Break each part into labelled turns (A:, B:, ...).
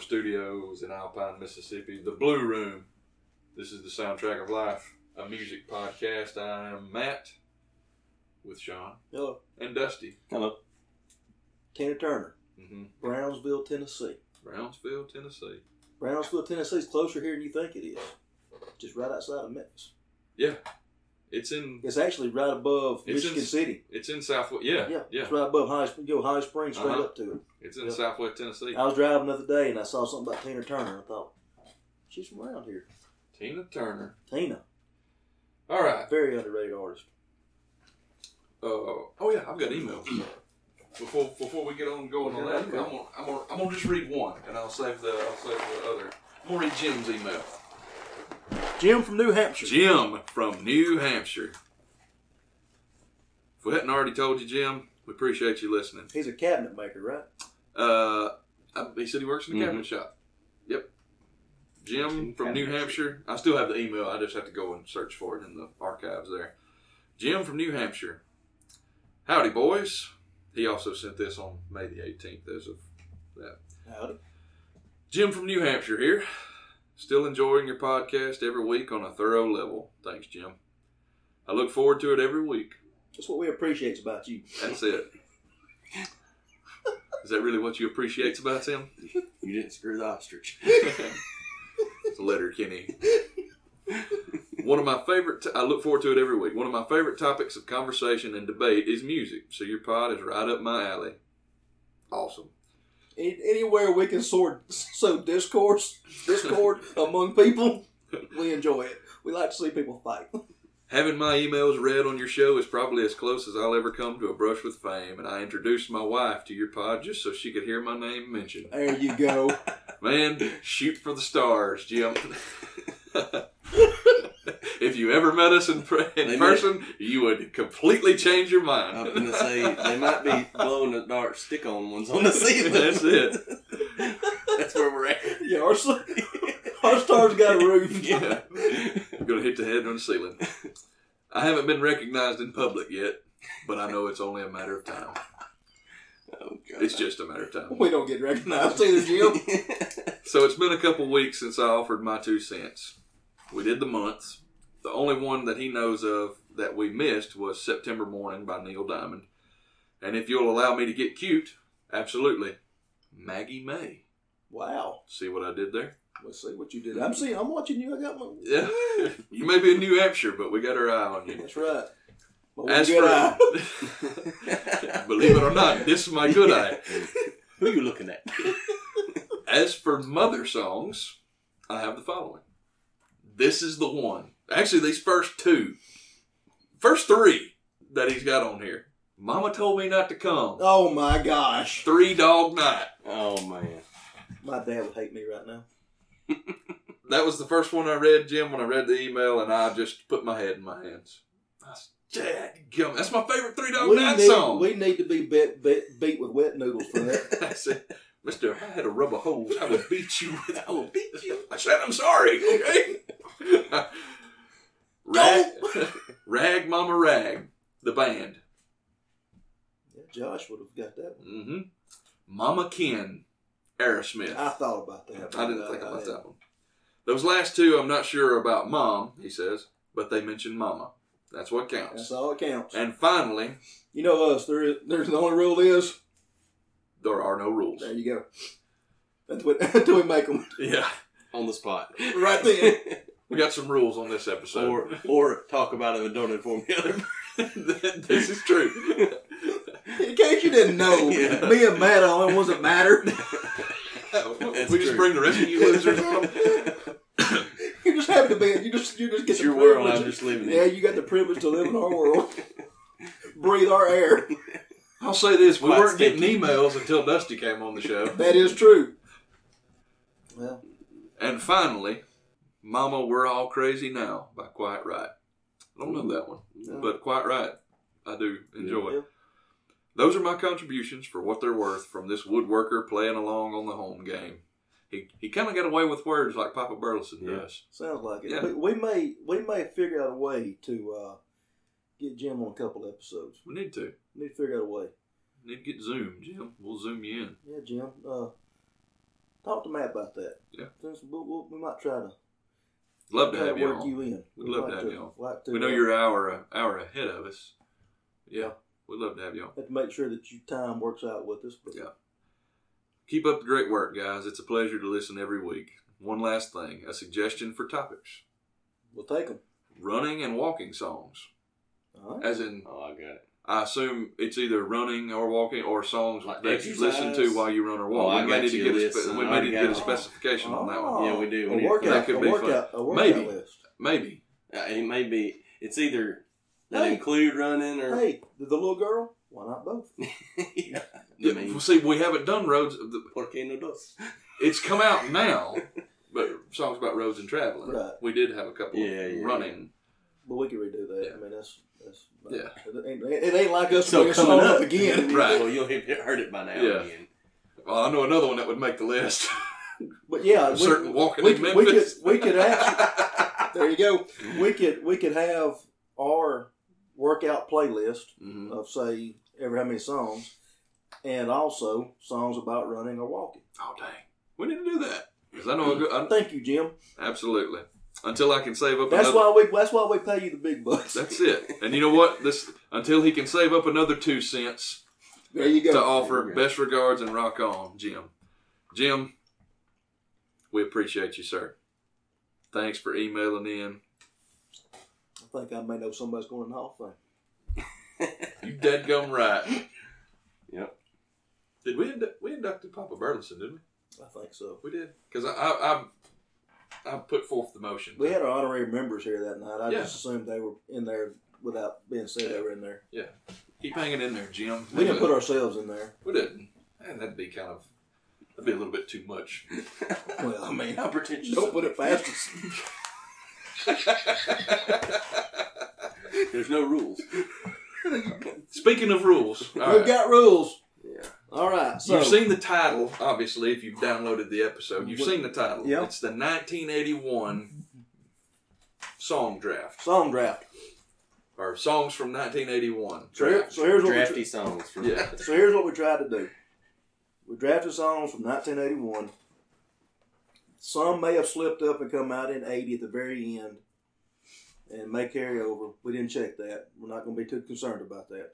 A: studios in Alpine, Mississippi. The Blue Room. This is the Soundtrack of Life, a music podcast. I am Matt with Sean
B: Hello.
A: and Dusty.
C: Hello.
B: Tanner Turner,
A: hmm
B: Brownsville, Tennessee.
A: Brownsville, Tennessee.
B: Brownsville, Tennessee is closer here than you think it is. Just right outside of Memphis.
A: It's in
B: It's actually right above
A: It's in-
B: Michigan City.
A: it's in Southwest. Yeah, yeah,
B: Yeah, it's right above Holly. Springs. Go Holly Springs straight
A: Uh-huh.
B: up to
A: It's in
B: Yeah.
A: Southwest Tennessee.
B: it. I was driving the other day and I saw something about Tina Turner. I thought she's from around here.
A: Tina Turner.
B: Tina,
A: All right.
B: very underrated artist.
A: Uh, oh yeah, I've got emails. Before before we get on going on that, I'm gonna, I'm, gonna, I'm gonna just read one, and I'll save the I'll save the other. I'm gonna read Jim's email.
B: Jim from New Hampshire.
A: Jim from New Hampshire. If we hadn't already told you, Jim, we appreciate you listening.
B: He's a cabinet maker, right?
A: Uh, I- he said he works in the
C: Mhm.
A: cabinet shop. Yep. Jim
C: Works in
A: from New
C: cabinet.
A: Hampshire. I still have the email. I just have to go and search for it in the archives there. Jim from New Hampshire. Howdy, boys. He also sent this on May the 18th as of
B: Howdy.
A: Jim from New Hampshire here. Still enjoying your podcast every week on a thorough level. Thanks, Jim. I look forward to it every week.
B: That's what we appreciate about you.
A: That's it. Is that really what you appreciate about him?
C: You didn't screw the ostrich.
A: it's letter Kenny. One of my favorite, I look forward to it every week. One of my favorite topics of conversation and debate is music, so your pod is right up my alley. Awesome.
B: Any- Anywhere we can sort sow discourse, discord among people, we enjoy it. We like to see people fight.
A: Having my emails read on your show is probably as close as I'll ever come to a brush with fame, and I introduced my wife to your pod just so she could hear my name mentioned.
B: There you go.
A: Man, shoot for the stars, Jim. if you ever met us in, per-
C: They
A: in
C: may-
A: person, you would completely change your mind.
C: I was gonna say they might be blowing the dark stick-on ones on the ceiling.
A: That's it.
C: That's where we're at.
B: Yeah, our, s- our star's got a roof.
A: Yeah. I'm gonna hit the head on the ceiling. I haven't been recognized in public yet, but I know it's only a matter of time.
C: Oh god.
A: It's just a matter of time.
B: We don't get recognized either, Jim.
A: So it's been a couple weeks since I offered my two cents. We did the months. The only one that he knows of that we missed was September Morning by Neil Diamond. And if you'll allow me to get cute, absolutely. Maggie May.
B: Wow.
A: See what I did there?
B: Let's see what you did. I'm seeing. I'm watching you. I got my.
A: Yeah. you may be in New Hampshire, but we got our eye on you.
B: That's right. My one
A: As
B: good eye.
A: for believe it or not, this is my good eye.
C: Who you looking at?
A: As for mother songs, I have the following. This is the one. Actually, these first two, first three that he's got on here. Mama told me not to come.
B: Oh my gosh.
A: Three dog night.
C: Oh man.
B: My dad would hate me right now.
A: That was the first one I read, Jim, when I read the email, and I just put my head in my hands. I s- Dad, gum. That's my favorite three dog
B: we,
A: night
B: need,
A: song.
B: we need to be bit, bit, beat with wet noodles for that.
A: I said, Mister, if I had a rubber hose, I would beat you. With, I would beat you. I said, I'm sorry. Okay. rag, rag, mama, rag. The band.
B: Yeah, Josh would have got that one.
A: Mm-hmm. Mama Ken, Aerosmith.
B: I thought about that.
A: I didn't think
B: I
A: about
B: didn't.
A: Ah, that one. Those last two, I'm not sure about mom. He says, but they mentioned mama. That's what counts.
B: That's all that counts.
A: And finally,
B: You know us. There is. There's the only rule is.
A: there are no rules.
B: There you go. That's what. Until we make them
A: Yeah,
C: On the spot.
B: right then.
A: we got some rules on this episode.
C: or or talk about it and don't inform the other.
A: this is true.
B: In case you didn't know,
C: Yeah.
B: me and Matt are the only ones that matter.
C: That's
A: Oh, we just
C: true.
A: bring the rest of you losers on.
B: You just happen to be. You just you just get
C: It's
B: the
C: your world.
B: privilege.
C: I'm just living
B: Yeah,
C: it.
B: you got the privilege to live in our world, breathe our air.
A: I'll say this: we
C: Quite
A: weren't getting
C: stinky.
A: emails until Dusty came on the show,
B: That is true. Well,
A: and finally, "Mama, We're All Crazy Now" by Quiet Right. I don't know that one,
B: No.
A: but Quiet Right, I do enjoy.
B: Yeah.
A: Those are my contributions for what they're worth from this woodworker playing along on the home game. He he kind of got away with words like Papa Burleson
C: Yeah.
A: does.
B: sounds like it.
A: Yeah.
B: But we may we may figure out a way to uh, get Jim on a couple episodes.
A: We need to
B: We need to figure out a way.
A: need to get Zoom, Jim. We'll zoom you in.
B: Yeah, Jim. Uh, Talk to Matt about that.
A: Yeah.
B: Since we, we, we might try to
A: Love to
B: try to
A: have you
B: work
A: on.
B: you in.
A: We'd love to
B: like
A: have you on.
B: Like to,
A: We know
B: uh,
A: you're an hour hour ahead of us. Yeah,
B: Yeah.
A: we'd love to have you on.
B: Have to make sure that your time works out with us. But
A: Yeah. Keep up the great work, guys. It's a pleasure to listen every week. One last thing, a suggestion for topics:
B: we'll take them.
A: running and walking songs.
B: All right.
A: As in,
C: Oh, I got it.
A: I assume it's either running or walking or songs
C: Like
A: that
C: exercise.
A: you listen to while you run or walk.
C: Oh, I
A: we
C: got
A: may need to
C: you
A: get a,
C: this,
A: spe-
C: son.
A: we
C: I
A: may need to get a
C: got it.
A: specification on that one.
B: Oh,
C: Yeah, we do. We
B: A
C: need-
A: That
B: workout,
A: could
B: a
A: be fun.
B: workout, a workout
A: Maybe.
B: list.
A: Maybe.
C: Uh, it may be. It's either that
B: Hey.
C: include running or.
B: Hey, the, the little girl. Why not both?
C: yeah. I
A: Yeah,
C: mean,
A: See, we haven't done roads. the-
C: ¿por qué no dos?
A: It's come out now, but songs about roads and traveling.
B: Right.
A: We did have a couple of
C: Yeah, yeah,
A: running.
B: But we could redo that.
A: Yeah.
B: I mean, that's that's. uh,
A: Yeah.
B: It ain't, it ain't like us so coming up again.
A: Right.
C: Well, you'll have heard it by now.
A: Yeah.
C: Again.
A: Well, I know another one that would make the list.
B: But
C: Uh,
B: yeah, we,
A: certain walking in
B: we, could- we could
A: Memphis.
B: we could actually there you go. We could we could have our workout playlist
A: Mhm.
B: of say every how many songs, and also songs about running or walking.
A: Oh dang, we need to do that because I know a good. I,
B: Thank you, Jim.
A: absolutely. Until I can save up.
B: That's
A: another,
B: why we that's why we pay you the big bucks.
A: That's it. And you know what? This until he can save up another two cents.
B: There you go.
A: to offer
C: There you go.
A: best regards and rock on, Jim. Jim, we appreciate you, sir. Thanks for emailing in.
B: I think I may know somebody's going in the Hall of Fame.
A: You dead gum right.
C: Yep.
A: Did we indu- we inducted Papa Burleson? Didn't we?
B: I think so.
A: We did because I I, I I put forth the motion.
B: We had our honorary members here that night. I
A: Yeah.
B: just assumed they were in there without being said they were in there.
A: Keep hanging in there, Jim.
B: We didn't put ourselves in there.
A: We didn't. And that'd be kind of that'd be a little bit too much.
B: Well, I mean,
C: Oh, How pretentious.
B: don't put it past us.
C: There's no rules.
A: Speaking of rules, all
B: We've
A: right.
B: got rules.
C: Yeah.
B: All right. So
A: you've seen the title, obviously, if you've downloaded the episode. You've
B: What-
A: seen the title.
B: Yeah.
A: It's the 1981 song draft,
B: song draft.
A: or songs from 1981.
B: So, here- so here's what we
C: Drafty songs from.
A: Yeah.
B: So here's what we tried to do. We drafted songs from 1981. Some may have slipped up and come out in 80 at the very end and may carry over. We didn't check that. We're not going to be too concerned about that.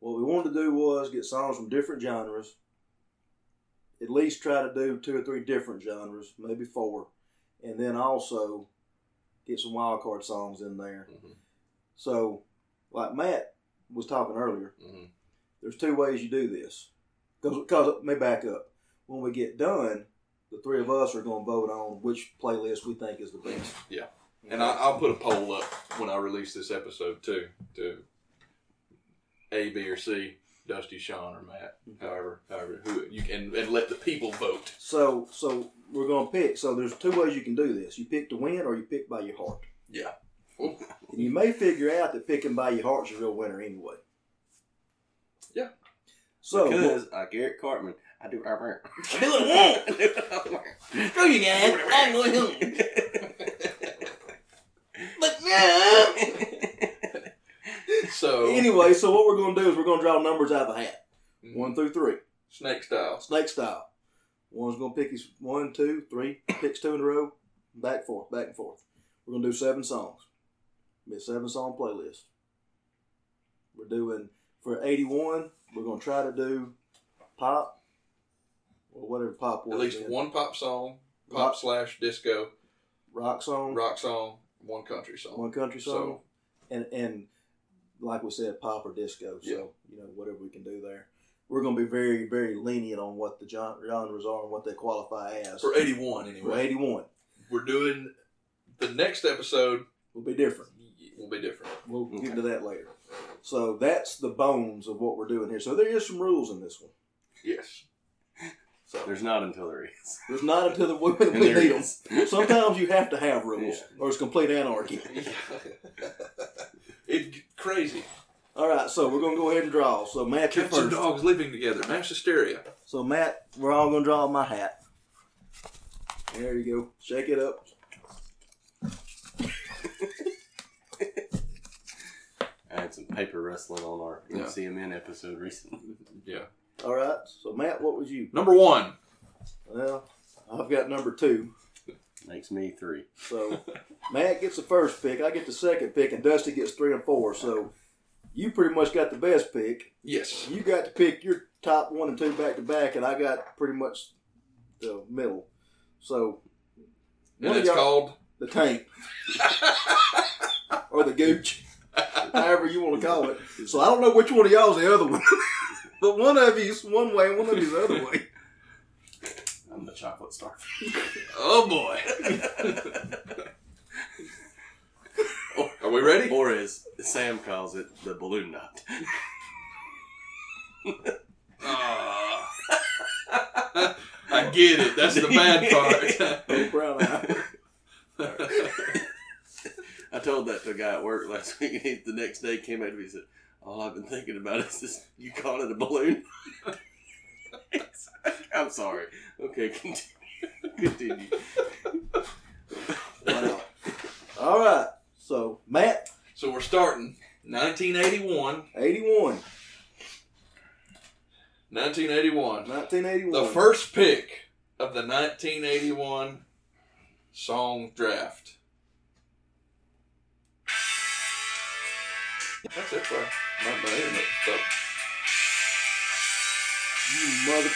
B: What we wanted to do was get songs from different genres, at least try to do two or three different genres, maybe four, and then also get some wild card songs in there.
A: Mhm,
B: So, like Matt was talking earlier,
A: mhm.
B: there's two ways you do this. Because let me back up. When we get done, the three of us are going to vote on which playlist we think is the best.
A: And I, I'll put a poll up when I release this episode too, to A, B, or C, Dusty, Sean, or Matt, however, however, who you can, and let the people vote.
B: So, so we're going to pick. So there's two ways you can do this. You pick to win, or you pick by your heart.
A: Yeah.
B: And you may figure out that picking by your heart's a real winner anyway.
A: Yeah.
B: So
C: because like Eric Cartman, I do. I
B: I do what I want.
C: want.
B: Screw you guys. I'm going home. But no.
A: So,
B: Anyway, so what we're going to do is we're going to draw numbers out of a hat, one through three.
A: snake style.
B: snake style. One's gonna pick his one, two, three, picks two in a row, back forth, back and forth. We're gonna do seven songs. Be a seven song playlist. We're doing for eighty one, we're gonna try to do pop or whatever pop was.
A: At least
B: then.
A: one pop song, pop slash disco,
B: rock song,
A: rock song, one country song.
B: one country song,
A: So
B: and and like we said, pop or disco. So
A: Yeah.
B: you know whatever we can do there. We're gonna be very very lenient on what the gen- genres are and what they qualify as
A: for eighty one
B: for
A: anyway,
B: eighty one.
A: we're doing the next episode
B: Will be different.
A: will be different.
B: We'll
C: Okay.
B: get to that later. So that's the bones of what we're doing here. So there is some rules in this one.
A: Yes,
C: There's not until there is.
B: There's not until the women
C: And
B: we
C: there
B: need them.
C: is.
B: Sometimes you have to have rules,
C: Yeah.
B: or it's complete anarchy.
A: it's crazy.
B: All right, so we're gonna go ahead and draw. So Matt, you
A: Cats and
B: first.
A: dogs living together. Mass hysteria.
B: So Matt, we're all gonna draw my hat. There you go. Shake it up.
C: I had some paper wrestling on our
A: Yeah.
C: MCMN episode recently.
A: Yeah.
B: All right. So Matt, what was you?
A: Number one,
B: Well, I've got number two.
C: Makes me three.
B: So Matt gets the first pick, I get the second pick, and Dusty gets three and four. So you pretty much got the best pick.
A: Yes.
B: You got to pick your top one and two back to back, and I got pretty much the middle. So
A: And
B: one of
A: it's
B: y'all,
A: called.
B: the tank or the gooch, however you want to call it. So I don't know which one of y'all's the other one, but one of you's one way, and one of you's the other way.
C: I'm the chocolate star.
A: Oh boy. Are we ready?
C: Or as Sam calls it, the balloon knot.
A: Ah. I get it. That's the bad part.
B: Oh, brown eye.
C: I told that to a guy at work last week, and he, the next day came up to me and said, "All I've been thinking about is this. You calling it a balloon?" I'm sorry. Okay, continue. continue.
B: Wow. All right. So Matt,
A: so we're starting 1981.
B: eighty-one,
A: 1981.
B: nineteen eighty-one.
A: The first pick of the 1981 song draft. That's it for my, uh, my internet stuff.
B: you mother.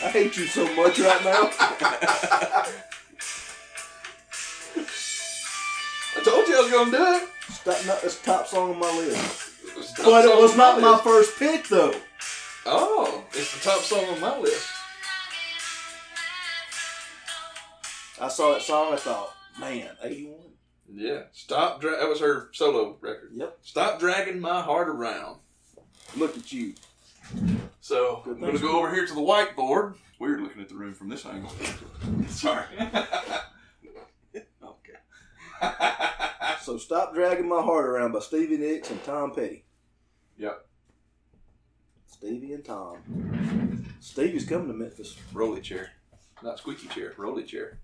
B: I hate you so much right now.
A: I told you I was going to do it.
B: Stop, not, that's the top song on my list.
A: It was the top
B: But it
A: song
B: was
A: on
B: not my
A: list.
B: first pick, though.
A: Oh, it's the top song on my list.
B: I saw that song. I thought, man, eighty-one.
A: Yeah. Stop. Dra- that was her solo record.
B: Yep.
A: Stop dragging my heart around.
B: Look at you.
A: So
B: Good
A: I'm going to
B: thing.
A: go over here to the whiteboard. We're looking at the room from this angle. Sorry. okay.
B: So stop dragging my heart around by Stevie Nicks and Tom Petty.
A: Yep.
B: Stevie and Tom. Stevie's coming to Memphis.
A: Rolly chair. Not squeaky chair. Rolly chair.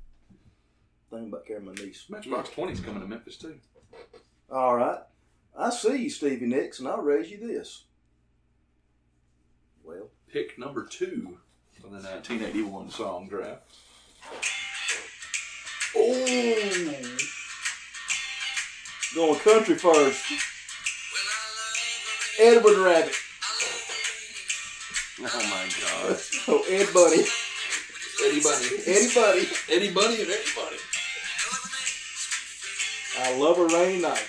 B: Thing about carrying my niece.
A: Matchbox 20's coming to Memphis too.
B: All right. I see you, Stevie Nicks, and I'll raise you this. Well,
A: Pick number two of the 1981 song draft. Oh!
B: going country first. Edward Rabbit.
C: Oh my god.
B: Oh, Ed Buddy.
A: Eddie Bunny.
B: Eddie Buddy.
A: Eddie Bunny and everybody.
B: I love a rainy night.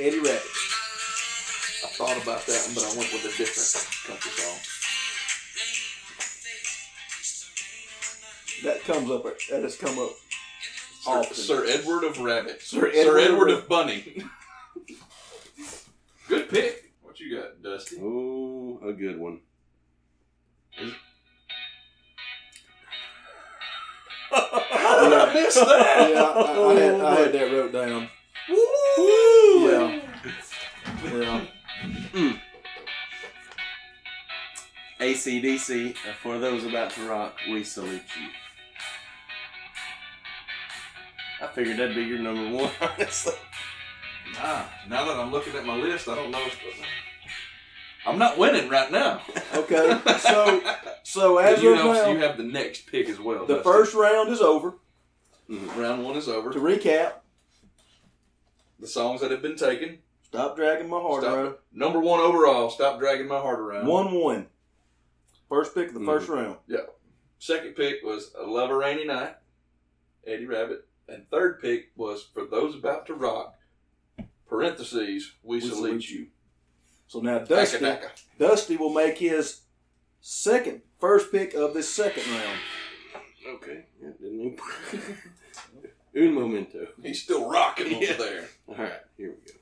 B: Eddie Rabbit.
A: I thought about that one, but I went with a different country song.
B: That comes up. That has come up.
A: Sir,
B: Often.
A: Sir Edward of Rabbit.
B: Sir
A: Sir,
B: Edward
A: Edward,
B: of
A: of Bunny. Good pick. What you got, Dusty?
C: Oh, a good one.
A: How did I miss that?
B: Yeah, I, I, had, I had that wrote down.
A: Woo!
B: Yeah. Yeah.
C: ACDC, uh, for those about to rock, we salute you. I figured that'd be your number one, honestly.
A: Nah, now that I'm looking at my list, I don't know if I'm not winning right now.
B: Okay. So, so
A: But
B: as
A: you,
B: of
A: know,
B: now,
A: you have the next pick as well.
B: the
A: Dusty.
B: first round is over.
A: round one is
B: To
A: over.
B: recap,
A: The songs that have been taken.
B: stop dragging my heart
A: Stop.
B: around.
A: Number one overall. Stop dragging my heart around.
B: One one. First pick of the first
A: Mm-hmm.
B: round.
A: Second pick was A Love a Rainy Night, Eddie Rabbit. And third pick was For Those About to Rock, parentheses, We, salute, You.
B: So now
A: Daka
B: Dusty,
A: Daka.
B: Dusty will make his second first pick of this second round.
C: Okay. Yeah, didn't even... Un momento.
A: He's still rocking
C: Yeah.
A: over there.
C: All right, here we go.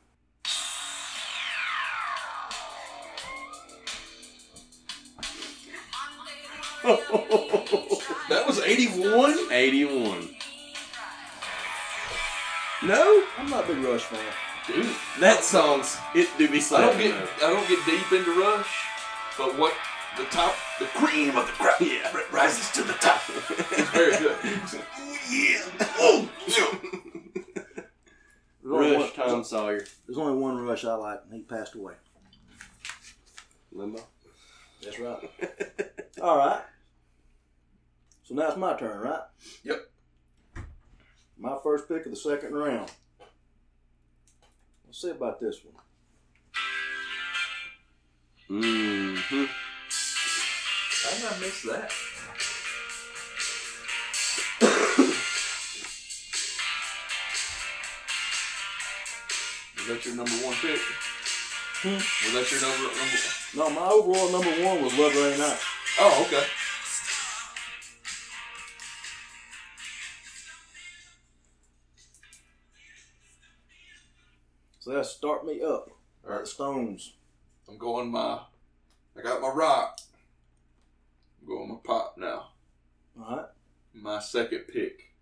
A: That was 81?
C: 81. No,
B: I'm not a big Rush fan.
A: Dude,
C: that song's It Do Be
A: I
C: Slapping.
A: don't get I don't get deep into Rush, but what the top the cream of the crop
C: Yeah.
A: rises to the top. It's very good.
C: yeah.
B: There's only,
C: Rush,
B: one,
C: Tom Sawyer.
B: there's only one Rush I like, and he passed away.
C: Limbo.
B: That's right. All right. So now it's my turn, right?
A: Yep.
B: My first pick of the second round. Let's see about this one.
C: Mm-hmm.
A: How did I miss that? Was that your number one pick?
B: Hmm?
A: Was that your number number?
B: No, my overall number one was Love Rain Out.
A: Oh, okay.
B: So that's Start Me Up
A: All
B: by the
A: right,
B: Stones.
A: I'm going my. I got my rock. I'm going my pop now.
B: All right.
A: My second pick.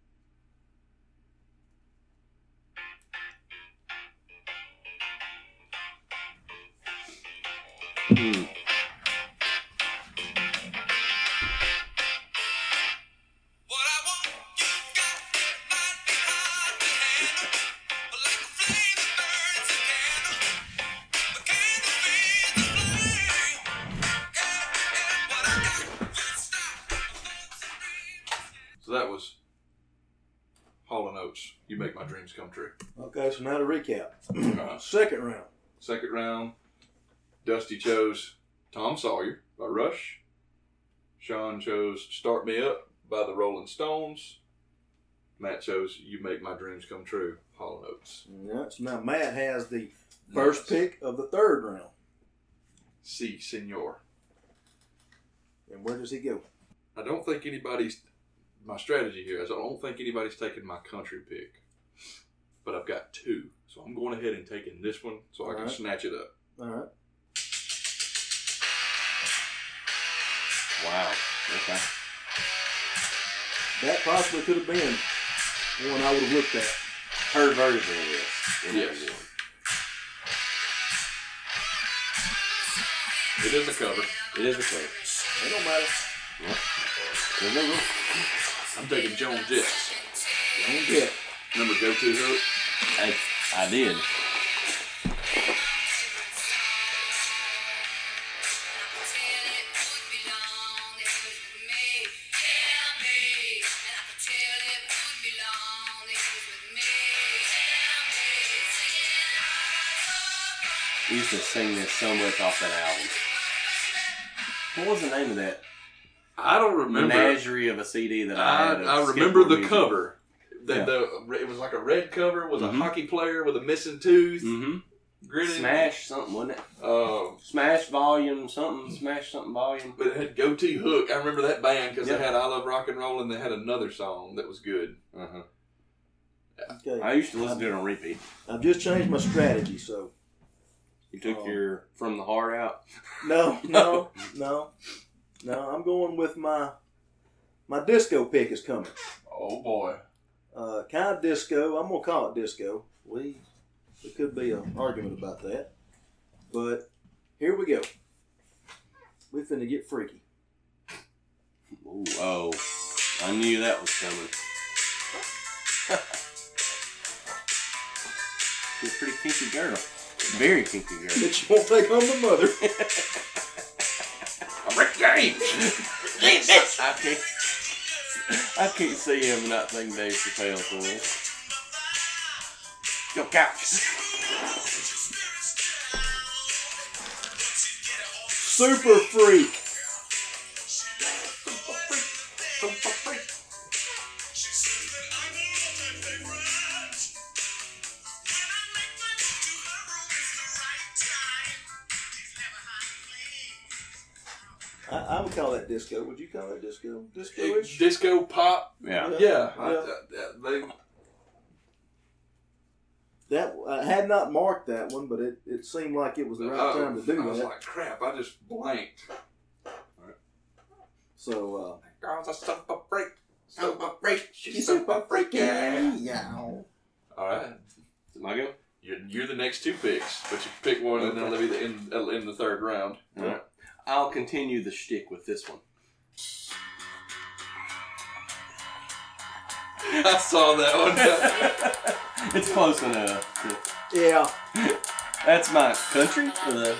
D: What I want, you got it right behind the handle. But like a flame that burns a candle. But can you feel the flame? Yeah, yeah, what I got won't stop. Folks and dreams.
A: So that was. Hall and Oates. You make my dreams come true.
B: Okay, so now to recap.
A: Uh,
B: Second round.
A: Second round, Dusty chose Tom Sawyer by Rush. Sean chose Start Me Up by the Rolling Stones. Matt chose You Make My Dreams Come True, Hall and Oates.
B: Yeah, so now Matt has the first pick of the third round.
A: C, Senor.
B: And where does he go?
A: I don't think anybody's. My strategy here is I don't think anybody's taking my country pick, but I've got two. So I'm going ahead and taking this one so I can
B: Alright.
A: snatch it up.
B: All right.
C: Wow. Okay.
B: That possibly could have been one I would have looked at.
C: Her version of this. in
A: Yes.
C: everyone.
A: It is a cover.
C: It is a cover.
B: It don't matter.
C: There's no rule.
A: I'm taking Joan Jett.
B: Don't get.
A: Remember Go To Hook?
C: I, I did. We used to sing this so much off that album. What was the name of that?
A: I don't remember.
C: Menagerie of a CD that I
A: I,
C: had. of
A: I remember
C: skateboard
A: the
C: music.
A: cover. The,
C: Yeah.
A: the, it was like a red cover with
C: Mhm.
A: a hockey player with a missing tooth,
C: Mhm.
A: grinning.
C: Smash something, wasn't it?
A: Um,
C: Smash volume something. Smash something volume.
A: but it had goatee hook. I remember that band because
C: Yeah.
A: they had "I Love Rock and Roll" and they had another song that was good.
C: Uh-huh.
B: Okay.
C: I used to listen to it on repeat.
B: I've just changed my strategy, so
C: You took
B: Oh.
C: your from the heart out.
B: no, no, no, no. I'm going with my my disco pick is coming.
A: Oh boy!
B: Uh, kind of disco. I'm gonna call it disco. We there could be an argument about that, but here we go. We finna get freaky.
C: Ooh, oh, I knew that was coming. She's a pretty kinky girl. Very kinky girl.
B: But you won't take home the mother.
A: I'm Rick James.
C: I can't. I can't see him and not think Dave Chappelle for this. Yo, couch.
B: Super freak. I, I would call that disco. Would you call that disco? Disco-ish.
A: Disco pop.
C: Yeah.
A: Yeah, I-
B: Yeah.
A: I- I- they-
B: That I had not marked that one, but it, it seemed like it was the right
A: I-
B: time to
A: I
B: do
A: was
B: that.
A: like, crap! I just blanked.
B: so
A: Girls are super freak,
C: Oh.
A: super freak,
B: uh,
A: she's super freak. Yeah.
B: Meow.
A: All right.
C: Is it my go?
A: You're, you're the next two picks, but you pick one and that'll be the end, that'll end the third round.
C: All right. I'll continue the shtick with this one.
A: I saw that one.
C: it's close enough.
B: Yeah.
C: That's my country. Uh,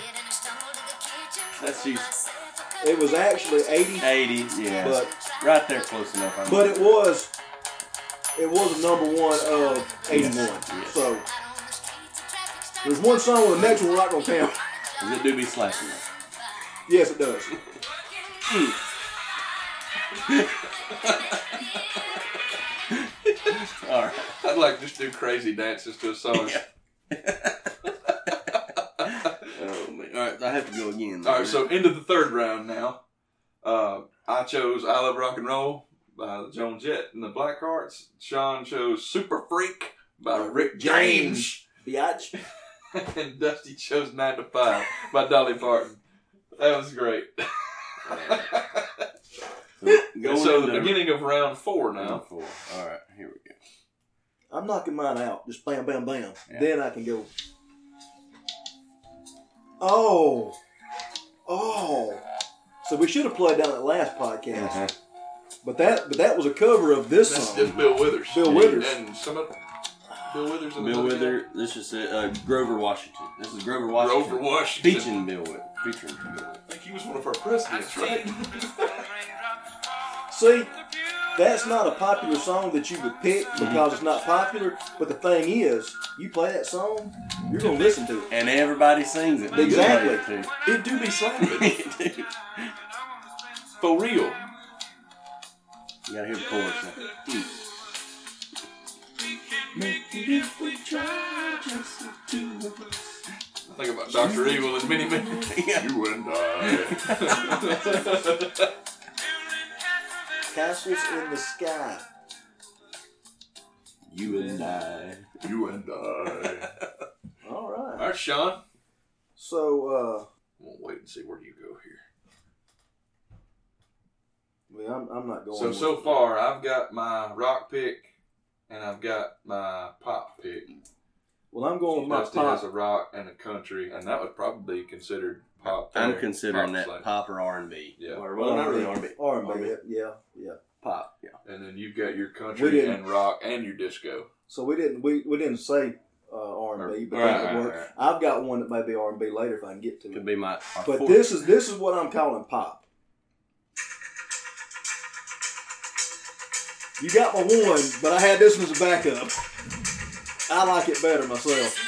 C: That's you.
B: It was actually 80,
C: 80, yeah.
B: But-
C: right there close enough. I mean.
B: but it was it was a number one of 81.
C: Yes.
B: So there's one song with the next one we're not gonna count.
C: It do be slapping us.
B: Yes, it does.
C: All right.
A: I'd like to just do crazy dances to a song.
C: Yeah. Oh, man. All right, I have to go again.
A: All right, so into the third round now. Uh, I chose "I Love Rock and Roll" by the Joan Jett and the Blackhearts. Sean chose "Super Freak" by Rick James,
B: Biatch.
A: and Dusty chose "Nine to Five" by Dolly Parton. That was great.
C: Going
A: so
C: into
A: the beginning of round four now.
C: round four. All right, here we go.
B: I'm knocking mine out. Just bam, bam, bam.
C: Yeah.
B: Then I can go. Oh, oh. So we should have played down that last podcast,
C: Uh-huh.
B: but that but that was a cover of this
A: That's
B: song.
A: just Bill Withers.
B: Bill Withers.
A: and some of Bill Withers and
C: Bill
A: another
C: Wither, this is uh, Grover Washington. This is Grover
A: guy.
C: Washington.
A: Grover Washington.
C: Featuring Bill Wither. Featuring Bill Wither.
A: I think he was one of our presidents, right?
B: See, that's not a popular song that you would pick because it's not popular. But the thing is, you play that song, you're gonna listen to it.
C: And everybody sings it.
B: Exactly.
A: It do be slapping
C: Dude, you
A: for real.
C: gotta hear the chorus. now.
A: Think about Doctor Evil and Mini Men.
C: Yeah.
A: You and I.
B: Castles in the sky.
C: You and I.
A: you and I.
B: All
A: All
B: right.
A: right, Sean.
B: So, uh,
A: We'll wait and see where you go here.
B: well, I'm, I'm not going.
A: So
B: with
A: so
B: it.
A: far, I've got my rock pick, and I've got my pop pick.
B: Well, I'm going with Oh, my
A: Dusty has a
B: pop.
A: rock and a country, and that would probably be considered pop.
C: I'm
A: there,
C: considering
A: pop
C: that
A: slash-
C: pop or R&B.
A: Yeah.
C: Or, well, not really R&B.
B: R&B. Yeah, yeah.
C: Pop. Yeah.
A: And then you've got your
B: We
A: country
B: didn't-
A: and rock and your disco.
B: So we didn't we, we didn't say uh, R and B, but
C: Right,
B: that
C: right,
B: could work.
C: right.
B: I've got one that may be R and B later if I can get to
C: Could
B: it.
C: be my. our
B: But
C: fourth.
B: this is this is what I'm calling pop. You got my one, but I had this one as a backup. I like it better myself.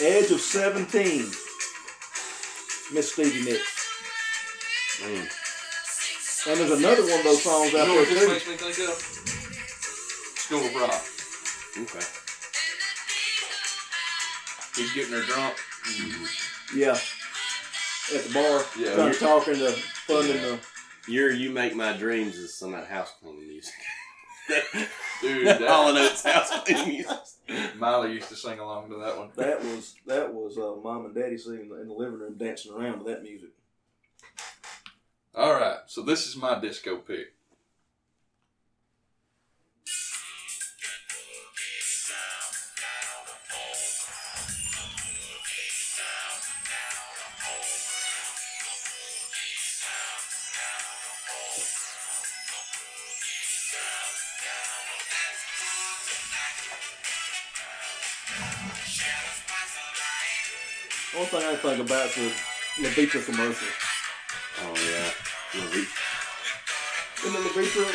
B: Edge of seventeen, Miss Stevie Nicks,
C: Mm.
B: and there's another one of those songs
A: You
B: out
A: know what this
B: there too.
A: makes me think of? School of Rock.
C: Okay.
A: He's getting her drunk.
B: Yeah, at the bar,
A: Yeah,
B: trying
A: you're-
B: to talk in the fun in the.
C: Your You Make My Dreams is some of that house cleaning music.
A: Dude,
C: All
A: that,
C: of those house cleaning music.
A: Miley used to sing along to that one.
B: That was that was uh, mom and daddy sitting in the- in the living room dancing around with that music.
A: All right, so this is my disco pick.
B: Only thing I think about is the Levitra commercial.
C: Oh, yeah. Yeah, we-
B: Isn't it Levitra?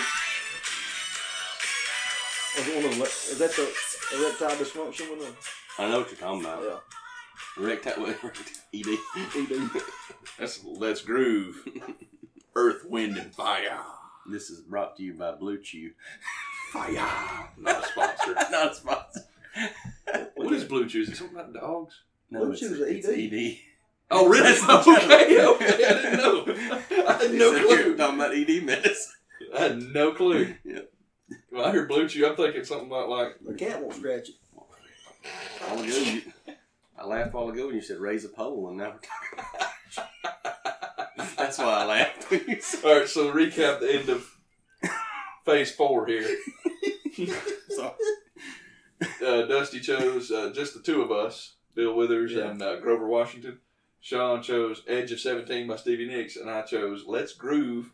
B: Or Is, it one of the, is that the erectile dysfunction one? Of,
C: I know what you're talking about.
B: yeah,
C: Recti- what- recti- ED.
B: ED.
A: That's Let's Groove. Earth, Wind, and Fire.
C: This is brought to you by Blue Chew.
A: Fire. Not a sponsor.
C: Not a sponsor.
A: what is Blue Chews? Is something about dogs?
C: No,
B: Blue
C: it's,
B: Chew's E
C: it's E
B: ED.
C: ED.
A: Oh, really?
C: That's the
A: okay,
C: joke.
A: okay. I didn't know. I had
C: They
A: no
C: said you were
A: clue.
C: Talking about ED medicine.
A: I had no clue.
C: Yeah.
A: When I hear Blue Chew, I'm thinking something about like
B: The cat won't scratch it.
C: All ago, you, I laughed all ago when you said raise a pole, and now we're talking about. That's why I laughed when you said.
A: All right, so recap the end of phase four here.
C: Sorry.
A: Uh, Dusty chose uh, just the two of us, Bill Withers
B: Yeah.
A: and uh, Grover Washington. Sean chose Edge of 17 by Stevie Nicks, and I chose Let's Groove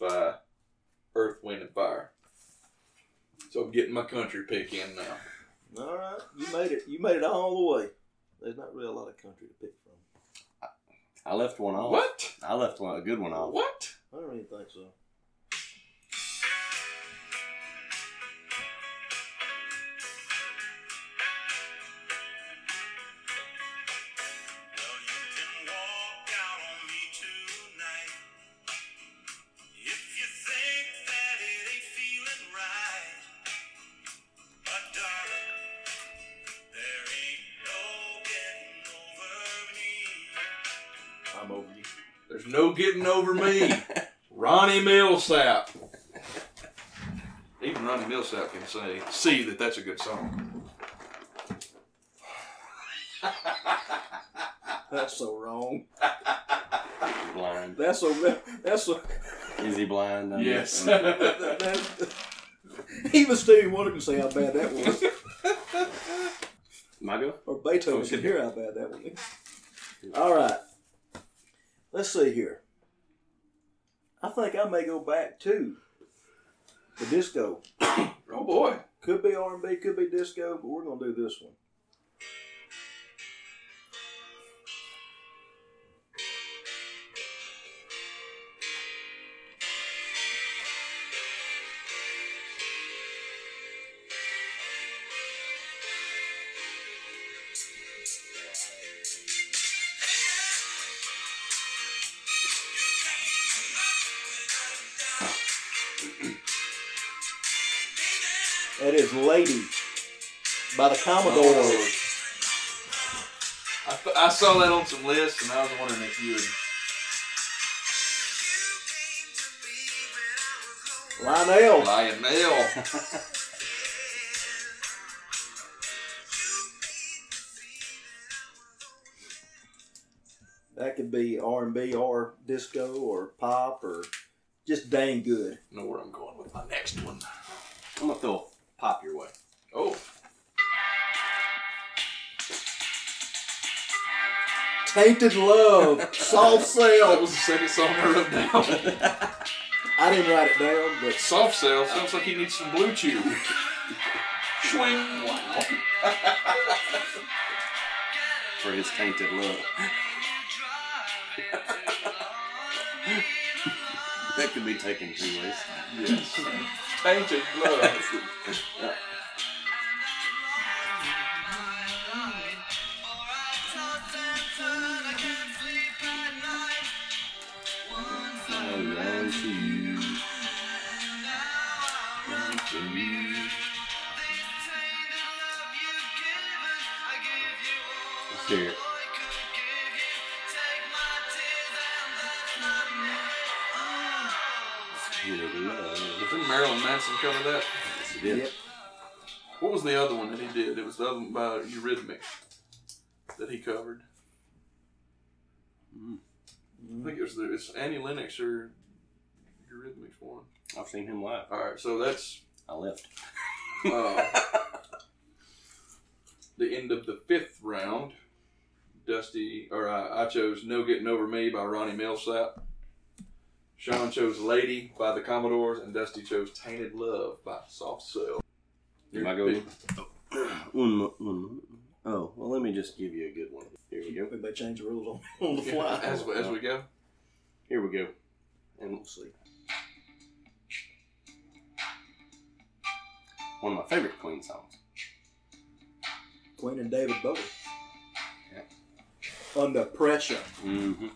A: by Earth, Wind, and Fire. So I'm getting my country pick in now.
B: All right, you made it. You made it all the way. There's not really a lot of country to pick from.
C: I left one off.
A: What?
C: I left one, a good one off.
A: What?
B: I don't really think so.
D: Well, you can walk out on me tonight if you think that it ain't feeling right. But darling, there ain't no getting over me.
B: I'm over you.
A: There's no getting over me. Ronnie Millsap. Even Ronnie Millsap can say, see that that's a good song.
B: That's so wrong.
C: Blind.
B: That's so. That's so.
C: Is he blind? I
A: Yes.
C: mean,
A: Oh,
B: That, even Stevie Wonder can say how bad that was,
C: My go?
B: or Beethoven can hear how bad that was. All right, let's see here. I think I may go back to the disco.
A: Oh boy.
B: Could be R and B, could be disco, but we're gonna do this one. That is "Lady" by the Commodores.
A: I, I saw that on some lists and I was wondering if you would.
B: Lionel.
A: Lionel.
B: That could be R and B or disco or pop or just dang good.
A: know where I'm going with my next one.
C: I'm going to throw a pop your way.
A: Oh,
B: Tainted Love, Soft
A: that
B: Cell.
A: was the second song I wrote down.
B: I didn't write it down, but
A: Soft Cell sounds like he needs some blue chew. Swing. Wow.
C: For his tainted look. that could be taken two ways.
A: Yes. Tainted love.
C: I run to Oh, you. Run to you. Let's hear it. Your love.
A: Didn't Marilyn Manson cover that?
C: Yes, it is.
B: Yep.
A: What was the other one that he did? It was the other one by Eurythmics that he covered. I think it was the, it's Annie Lennox or Eurythmics one.
C: I've seen him live.
A: All right, so that's
C: I left.
A: uh, the end of the fifth round. Dusty, or I, I chose No Getting Over Me by Ronnie Millsap. Sean chose Lady by the Commodores, and Dusty chose Tainted Love by Soft Cell.
C: Am I going? One mo- one mo- Oh, well, let me just give you a good one. Here we go.
B: we may change the rules on, on the
A: Yeah,
B: fly.
A: as, as we go.
C: Here we go. And
B: We'll see.
C: one of my favorite Queen songs.
B: Queen and David Bowie. Under pressure.
C: Mm-hmm.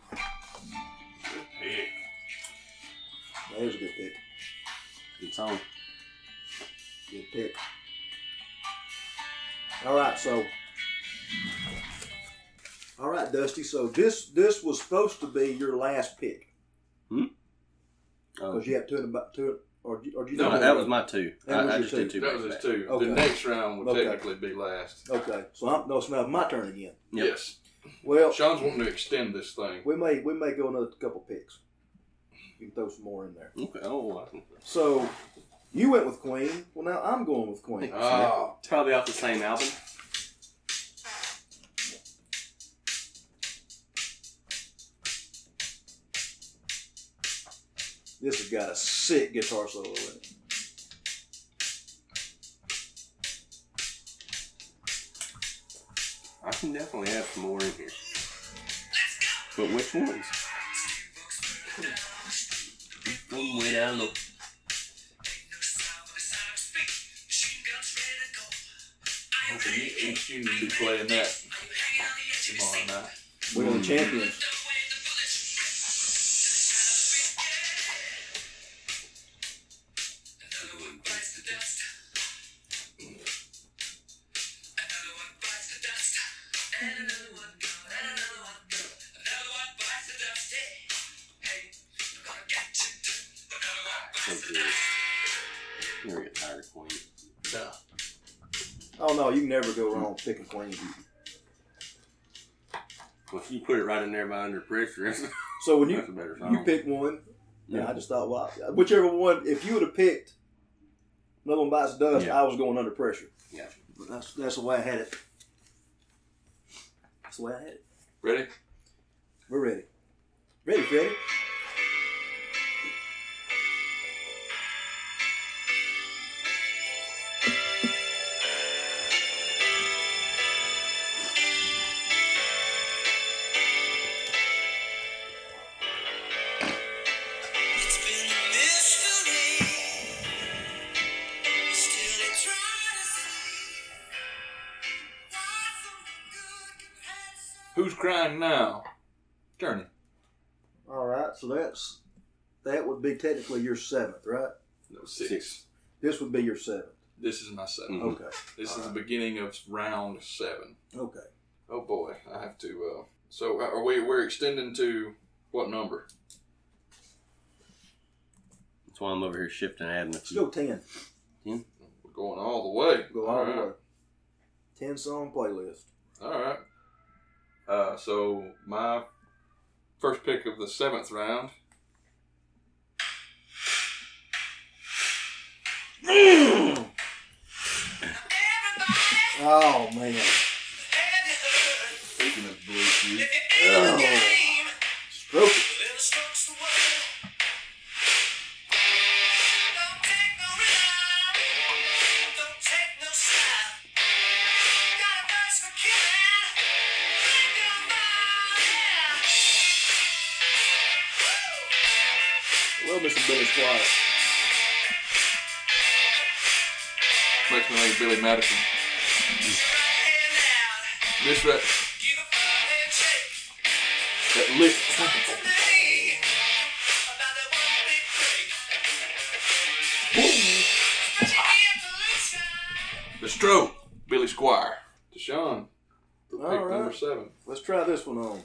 B: There's a good pick.
C: Good song.
B: Good pick. All right, so. All right, Dusty. So this this was supposed to be your last pick
C: Oh,
B: because you have two and about two or or did you
A: No,
C: no,
B: know
C: that was my two.
B: That was
C: I, I
B: your
C: just did
B: two.
C: two.
A: That
C: back
A: was
C: to
A: his
C: back.
A: two.
B: Okay.
A: The next round would
B: Okay.
A: technically be last.
B: okay. So I'm no, it's now my turn again.
C: Yep.
A: Yes.
B: Well,
A: Sean's wanting to extend this thing.
B: we may we may go another couple picks. You can throw some more in there.
C: Okay. Oh, I-
B: So you went with Queen. Well, now I'm going with Queen.
C: Uh-huh.
A: Oh,
C: probably off the same album.
B: This has got a sick guitar solo in it.
C: can definitely have some more in here. But which ones? From way down low.
A: You need to be playing that tomorrow night.
B: We're the champions.
C: So good. You're gonna get tired of Queen.
B: Oh no, you can never go wrong picking Queen.
C: Well, if you put it right in there by under pressure, that's,
B: So when you
C: that's a better song.
B: you pick one, yeah.
C: Yeah.
B: I just thought, wow, whichever one. If you would have picked another one bites the dust,
C: Yeah.
B: I was going under pressure.
C: Yeah.
B: But that's that's the way I had it. That's the way I had it.
A: Ready?
B: We're ready. Ready, Freddy?
D: It's been a mystery. Still they try to see why something good can have some
A: Who's crying now? Journey.
B: All right, so that's that would be technically your seventh, right?
A: No, six.
C: Six.
B: This would be your seventh.
A: This is my 7
C: Mm. Mhm.
B: Okay.
A: This is the beginning of round seven.
B: Okay.
A: Oh boy, I have to. Uh, so are we? We're extending to what number?
C: That's why I'm over here shifting admin.
B: Let's go ten.
A: We're going all the way.
B: Go all the
A: Alright.
B: way. Ten song playlist.
A: All right. Uh, so my first pick of the seventh round.
D: everybody
B: Oh man.
D: had it hurt.
A: Speaking of blue shoes,
D: If you ain't in the game,
B: Stroke it.
D: little strokes the world. Don't take no rhyme. Don't take no style. Got a thirst for killing. Think you're mine, yeah. Woo!
B: Well, Mr. Billy Squire.
A: makes me like Billy Madison. This right, that lick. The stroke, Billy Squire. Deshaun, for pick
B: All right.
A: number seven.
B: Let's try this one on.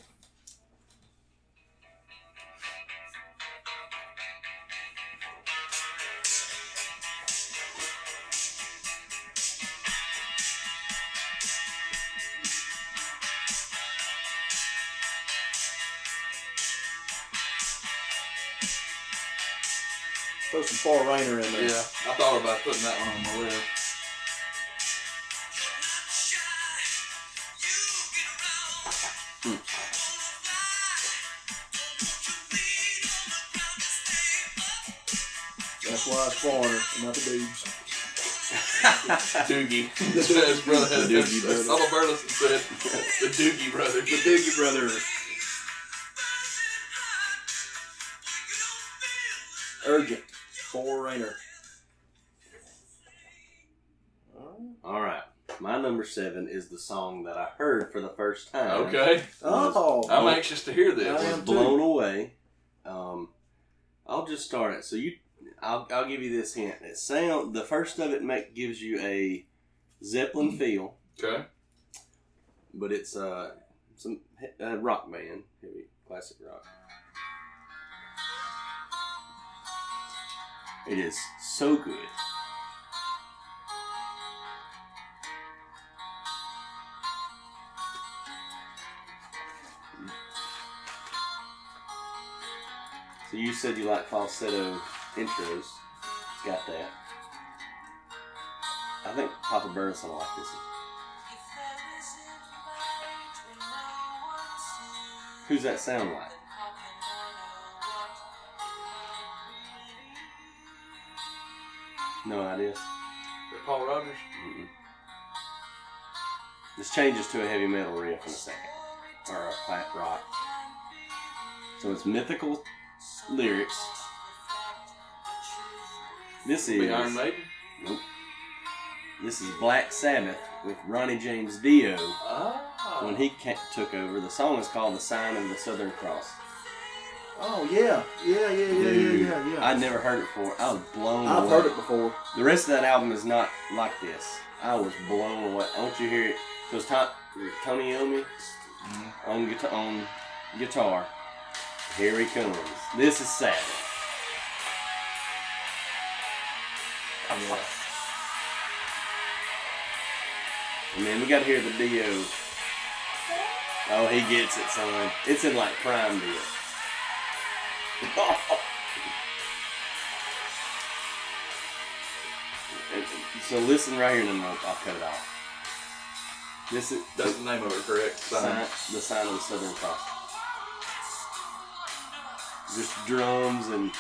B: Throw some Paul Rainer in there.
A: Yeah, I thought about putting that one on my list.
B: That's why it's foreigner, and not the dudes.
A: Doogie. His brother had
B: The Doogie
A: Doogie.
B: Brothers.
A: Solo Burleson said the Doogie brothers.
B: Doogie Brothers. Urgent. For Rainer.
C: All right. My number seven is the song that I heard for the first time.
A: Okay,
B: Oh,
A: I'm anxious to hear this.
B: I
C: was
B: am
C: blown away. Um, I'll just start it. So you, I'll, I'll give you this hint. It sound the first of it make, gives you a Zeppelin feel,
A: Okay,
C: but it's uh some he- uh, rock band, heavy classic rock. It is so good. So you said you like falsetto intros. It's got that. I think Papa Burris will like this one. Who's that sound like? No idea.
A: Paul Rogers.
C: Mm-mm. This changes to a heavy metal riff in a second, or a flat rock. So it's mythical lyrics. This is
A: Be Iron Maiden.
C: Nope. This is Black Sabbath with Ronnie James Dio
A: Ah.
C: when he ca- took over. The song is called "The Sign of the Southern Cross."
B: Oh yeah, yeah, yeah, yeah, yeah, yeah, yeah.
C: I'd never heard it before. I was blown
B: I've
C: away.
B: heard it before.
C: The rest of that album is not like this. I was blown away. Don't you hear it? Because Tony Iommi on guitar, on guitar. Here he comes. This is sad. And then we got to hear the Dio. Oh, he gets it, son. It's in like prime Dio. so listen right here, and then I'll, I'll cut it off. This is
A: That's the name of it, correct?
C: sign,
A: Sign.
C: the sign of the Southern Cross. Just drums and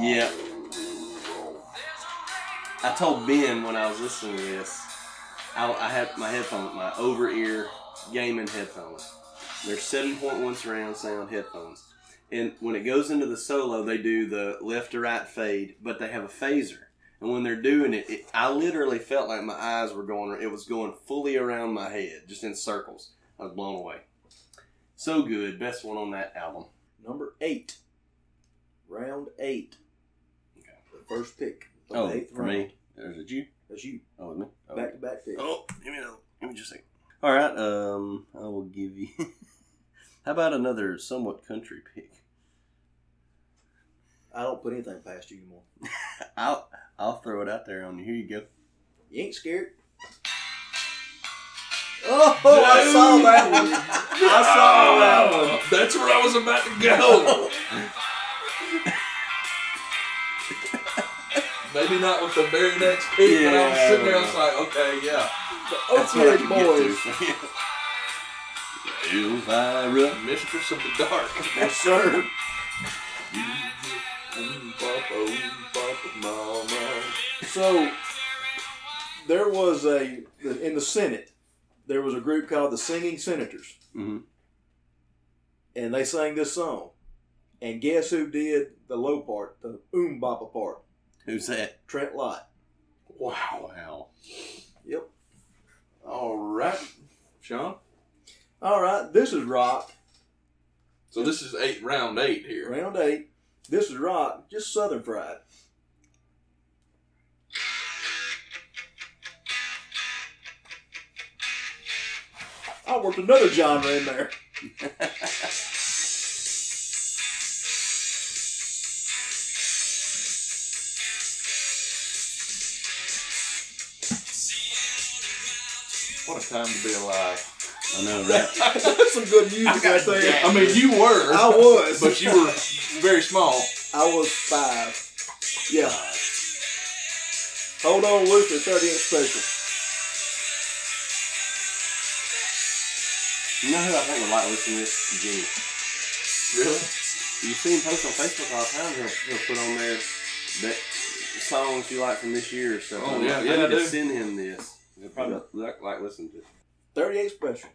C: yeah. I told Ben when I was listening to this, I, I had my headphones, my over ear gaming headphones. They're seven point one surround sound headphones, and when it goes into the solo, they do the left to right fade, but they have a phaser. And when they're doing it, it, I literally felt like my eyes were going, it was going fully around my head, just in circles. I was blown away. So good. Best one on that album.
B: Number eight, round eight.
C: Okay.
B: The first pick of
C: Oh,
B: the eighth
C: for
B: round.
C: me. There's a Jew.
B: That's you.
C: Oh, me. Oh,
B: Back to back pick.
C: oh give me another. Give me just a second. All right. Um, I will give you. How about another somewhat country pick?
B: I don't put anything past you anymore.
C: I'll I'll throw it out there on you. Here you go.
B: You ain't scared. Oh, I saw that one.
A: I saw that one. Oh, That's where I was about to go. Maybe not with the very next pick, but I was
C: Yeah.
A: sitting there. I was like, okay, yeah.
C: That's what I
B: Oakland
C: can
B: boys.
C: get to. Elvira.
A: Mistress of the Dark.
B: Yes, sir.
A: Oom, bop, oom, bop, mama.
B: So there was a in the Senate. There was a group called the Singing Senators,
C: Mhm.
B: and they sang this song. And guess who did the low part, the oom boppa part?
C: Who's that?
B: Trent Lott.
A: Wow.
C: Wow.
B: Yep.
A: All right, Sean.
B: All right. This is rock.
A: So this is eight round eight here.
B: Round eight. This is rock. Just Southern fried. I worked another genre in there.
A: What a time to be alive.
C: I know, right?
B: That's some good music right there.
A: I mean, you were.
B: I was.
A: But you were very small.
B: I was five. Yeah. Hold on, Luther, 30 inch special.
C: You know who I think would like listening to this? Jimmy.
A: Really?
C: You see him post on Facebook all the time. He'll, he'll put on there that songs you like from this year or stuff.
A: Oh,
C: I'm
A: yeah,
C: like,
A: yeah,
C: I
A: I
C: need to
A: do.
C: send him this. He'll probably like, like listen to it.
B: 38 special.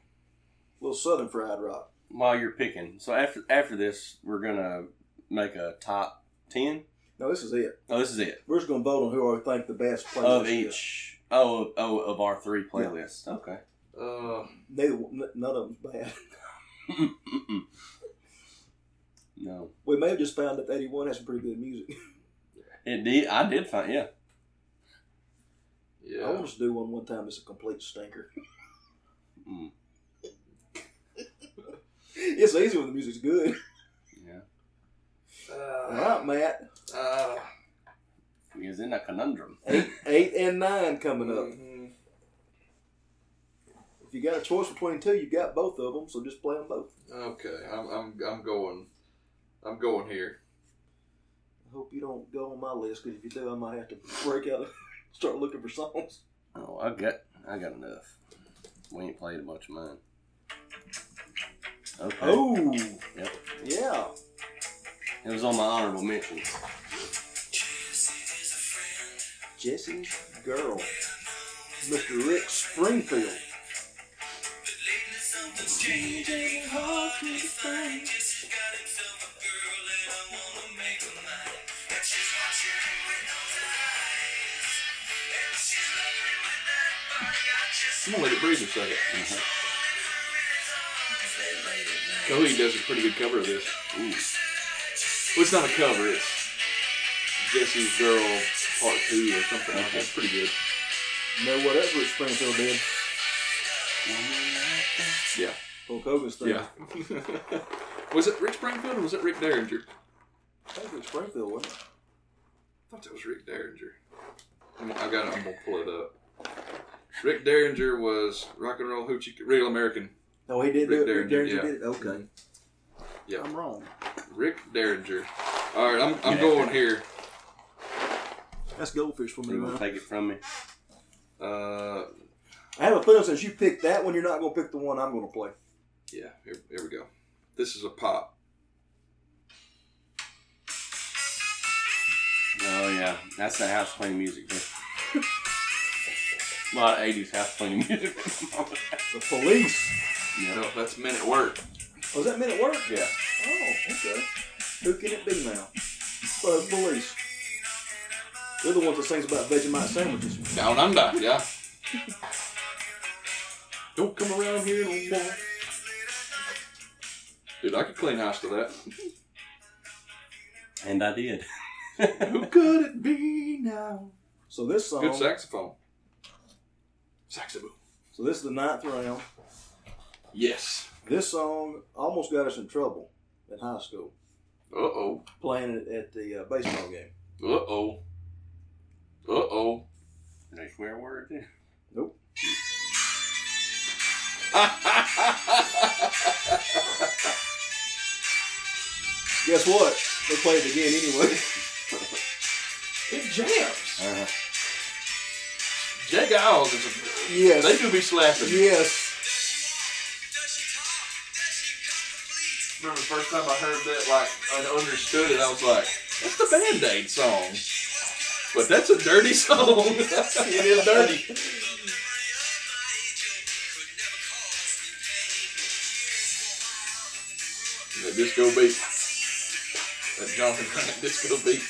B: Little Southern fried rock.
C: While you're picking, so after after this, we're gonna make a top ten.
B: No, this is it.
C: Oh, this is it
B: We're just going to vote on who I think the best player
C: of each. Oh, of- oh, of our three playlists. Okay.
A: Uh,
B: Neither, one- n- none of them's bad.
C: Mm-mm. no,
B: We may have just found that 81 has some pretty good music.
C: it did. I did find. Yeah,
B: I
A: yeah.
B: want us to do one one time that's a complete stinker.
C: Mm.
B: it's easy when the music's good.
C: yeah.
B: All
A: Uh,
B: right, Matt.
A: uh,
C: He was in a conundrum.
B: Eight, eight and nine coming
C: Mm.
B: up.
A: mhm.
B: If you got a choice between two, you've got both of them, so just play them both.
A: Okay, I'm, I'm, I'm going. I'm going here.
B: I hope you don't go on my list because if you do, I might have to break out, and start looking for songs.
C: Oh, I got, I got enough. We ain't played a bunch of mine. Okay.
B: Oh,
C: Yep.
B: yeah.
C: It was on my honorable mentions.
B: Jesse's girl. Mr. Rick Springfield.
A: I'm gonna let it breathe a 2nd Coheed does a pretty good cover of this. Well, it's not a cover. It's Jesse's Girl Part Two or something. like that. It's pretty good.
B: You know what else Rick Springfield did?
A: Yeah.
B: Hulk Hogan's thing.
A: Yeah. was it Rick Springfield or was it Rick Derringer?
B: I think it was Springfield, wasn't it?
A: I thought that was Rick Derringer. I'm, I got. I'm gonna pull it up. Rick Derringer was rock and roll hoochie, real American.
B: No, he did
A: Rick
B: do it. Rick
A: Derringer,
B: Derringer
A: yeah.
B: did it. Okay.
A: Yeah.
B: Mm-hmm. I'm wrong.
A: Rick Derringer. All right, I'm, I'm going here.
B: That's goldfish for me,
C: You gonna
B: man.
C: take it from me?
A: Uh,
B: I have a feeling since you picked that one, you're not going to pick the one I'm going to play.
A: yeah, here, here we go. This is a pop.
C: Oh yeah, that's that house playing music. Man. a lot of '80s house playing music.
B: The Police.
A: No, that's Men at Work.
B: Was that meant at work?
C: yeah.
B: Oh, okay. Who can it be now? Well, the Police. They're the ones that sings about Vegemite sandwiches.
A: Down under, yeah. Don't come around here no more. Dude, I could clean house to that.
C: And I did.
A: Who could it be now?
B: So this song.
A: Good saxophone. Saxophone.
B: So this is the ninth round.
A: Yes.
B: This song almost got us in trouble in high school
A: Uh oh.
B: playing it at the uh, baseball game.
A: Uh oh. Uh oh.
C: Did I swear word?
B: Nope. Guess what? They played it again anyway.
A: it jams.
C: Uh-huh.
A: Jay Giles is a.
B: Yes.
A: They do be slapping.
B: Yes.
A: remember the first time I heard that, like, and understood it, I was like, that's the Band Aid song. But that's a dirty song. it is dirty. That disco beat. That Jonathan Grant disco beat.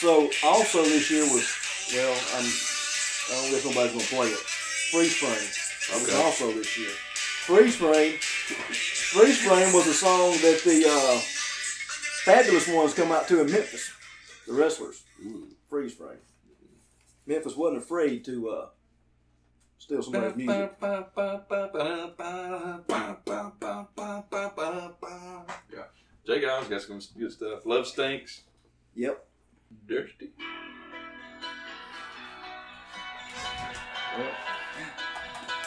B: So also this year was well, I'm, I don't guess nobody's gonna play it. Freeze frame. was
A: Okay.
B: Also this year, freeze frame. Freeze frame was a song that the uh, fabulous ones come out to in Memphis. The wrestlers. Freeze frame. Memphis wasn't afraid to uh, steal somebody's music.
A: Yeah. Jay Giles got some good stuff. Love stinks.
B: Yep.
A: Dirty.
B: Yep.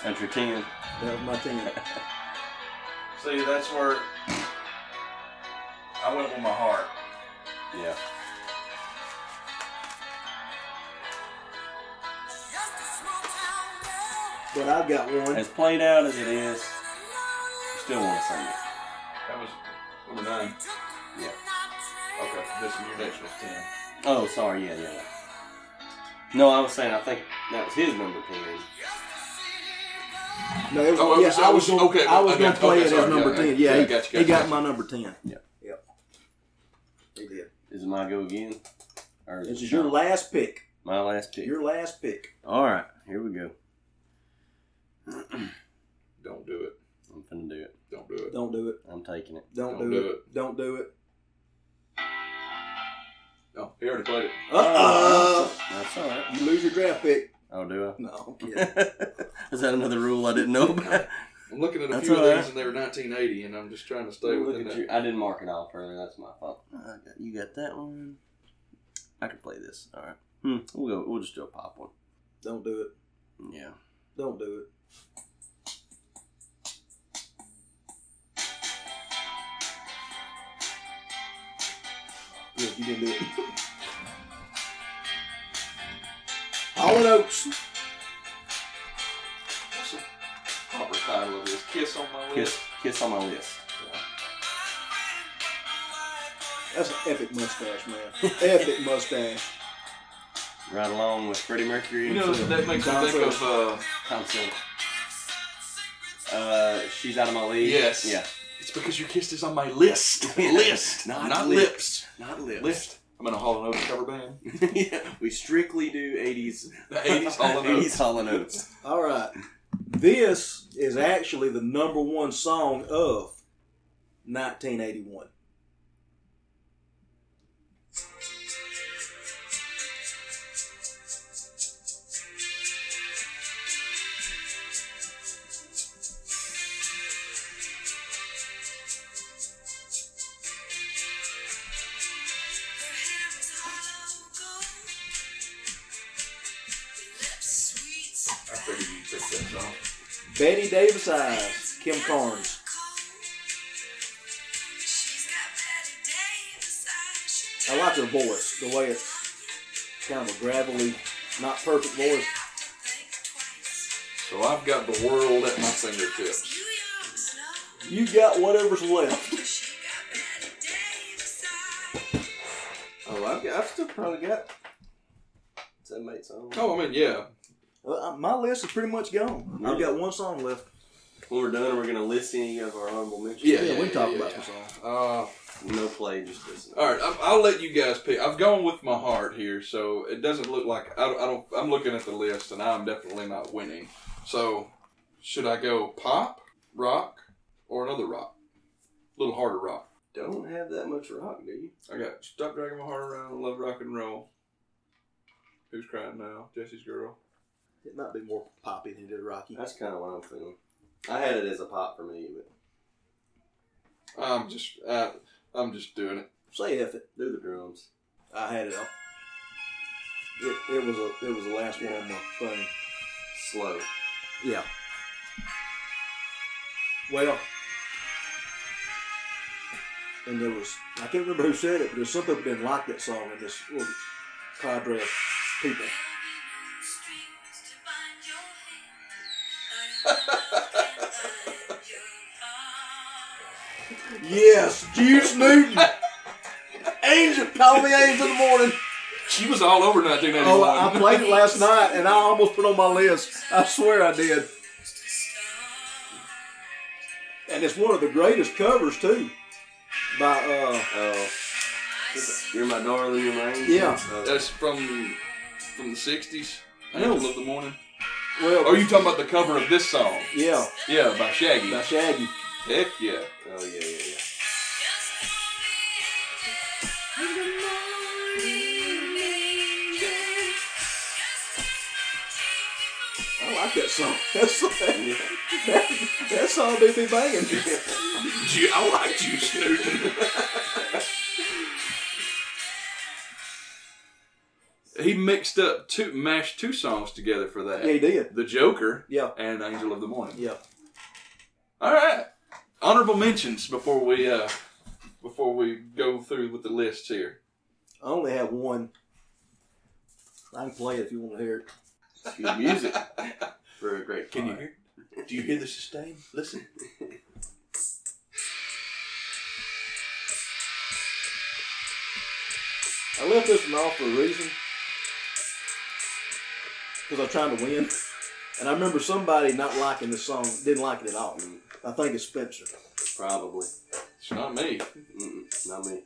C: That's your ten.
B: That was my team.
A: See, that's where I went with my heart.
C: Yeah.
B: But I've got one.
C: As played out as it is, still want to sing it.
A: That was number nine.
C: Yeah.
A: Okay, this is your next was ten.
C: Oh, sorry. Yeah, yeah. yeah. No, I was saying I think that was his number ten.
B: No, it was,
A: Oh, it
B: yeah,
A: was-
B: I was
A: it was-
B: gonna,
A: okay,
B: I was
A: okay,
B: gonna play
A: okay,
B: it as
A: sorry,
B: number
A: yeah,
B: ten.
A: yeah,
B: Yeah,
A: I
B: he,
A: got you,
B: he
A: got
B: got
A: you.
B: my number ten.
C: Yeah.
B: Yep. He did.
C: Is it my go again? Or
B: This
C: it
B: is your
C: not?
B: last pick.
C: my last pick.
B: Your last pick.
C: All right, here we go.
A: Don't do it.
C: I'm finna do it.
A: Don't do it.
B: Don't do it.
C: I'm taking it.
B: Don't, do, it. Don't do it.
A: No, he already played it.
B: Uh uh
C: That's all right.
B: You lose your draft pick.
C: Oh, do
B: No, I'm
C: I?
B: kidding.
C: is that another rule I didn't know about?
A: I'm looking at a
C: That's
A: few of
C: all
A: these
C: right.
A: and they were 1980, and I'm just trying to stay
C: Look
A: within
C: at
A: that.
C: you. I didn't mark it off earlier. That's my fault. I got, you got that one. I could play this. All right. Hmm. We'll go. We'll just do a pop one.
B: Don't do it.
C: Yeah.
B: Don't do it. Look, you didn't do it. Holland Oaks.
A: What's the proper title of this? Kiss on my
C: Kiss.
A: list.
C: Kiss on my list.
A: Yeah.
B: That's an epic mustache, man. epic mustache.
C: Right along with Freddie Mercury
A: You
C: and
A: know,
C: Phil.
A: that makes me think of uh,
C: Thompson. Uh, she's out of my league.
A: Yes.
C: Yeah.
A: It's because your kiss is on my list. list,
C: Not
A: not,
C: lip.
A: lips.
C: Not lips.
A: List. I'm in a Hall and Oates cover band.
C: yeah. We strictly do 80s.
A: 80s Hall and
C: 80s
A: Oates.
C: Hall and Oates.
B: All right. This is actually the number one song of 1981.
A: I figured you'd pick that song.
B: Betty Davis Eyes, Kim Carnes. I like her voice, the way it's kind of a gravelly, not perfect voice.
A: So I've got the world at my fingertips.
B: You got whatever's left.
C: Oh, I've, got, I've still probably got that mate's song.
A: Oh, I mean, yeah.
B: Uh, my list is pretty much gone. I've got one song left.
C: When we're done, we're going to list any of our honorable mentions.
A: Yeah,
B: we can talk
A: yeah,
B: about
A: yeah.
B: some songs.
A: Uh,
C: No play, just listen.
A: All right, I'm, I'll let you guys pick. I've gone with my heart here, so it doesn't look like I, don't- I don't. I'm looking at the list, and I'm definitely not winning. So, should I go pop, rock, or another rock? A little harder rock.
C: Don't have that much rock, do you?
A: I got stop dragging my heart around. Love rock and roll. Who's crying now? Jesse's girl.
B: It might be more poppy than it did Rocky.
C: That's kind of what I'm feeling. I had it as a pop for me, but
A: I'm just. Uh, I'm just doing it.
B: Say F it.
C: do the drums.
B: I had it up. It, it was a it was the last one on the thing.
C: Slow.
B: Yeah. Well, and there was I can't remember who said it, but there's some people didn't like that song, and this little cadre of people. Yes, Juice Newton. Angel, call me Angel in the morning.
A: She was all over 1981.
B: Oh, I I played it last night, and I almost put it on my list. I swear I did. And it's one of the greatest covers too, by uh,
C: Oh, you're my darling, you're my angel.
B: Yeah.
C: Oh,
A: That's from from the '60s.
B: No.
A: Angel of the Morning.
B: well,
A: Oh, you talking about the cover of this song?
B: yeah,
A: Yeah, by Shaggy.
B: by Shaggy.
A: Heck yeah.
C: oh yeah, yeah, yeah.
B: I like that song. That's that, that song do be banging.
A: Ju- I like you, Snooty. he mixed up two, mashed two songs together for that.
B: Yeah, he did.
A: The Joker
B: Yeah,
A: and Angel of the Morning.
B: yeah.
A: All right. Honorable mentions before we uh before we go through with the lists here.
B: I only have one. I can play it if you want to hear it.
C: It's good music for a great.
A: Can you
C: part.
A: hear? Do you hear the sustain? Listen.
B: I left this one off for a reason. Because I'm trying to win. And I remember somebody not liking this song, didn't like it at all. I think it's Spencer.
C: Probably.
A: It's not me.
C: Mm-mm, not me.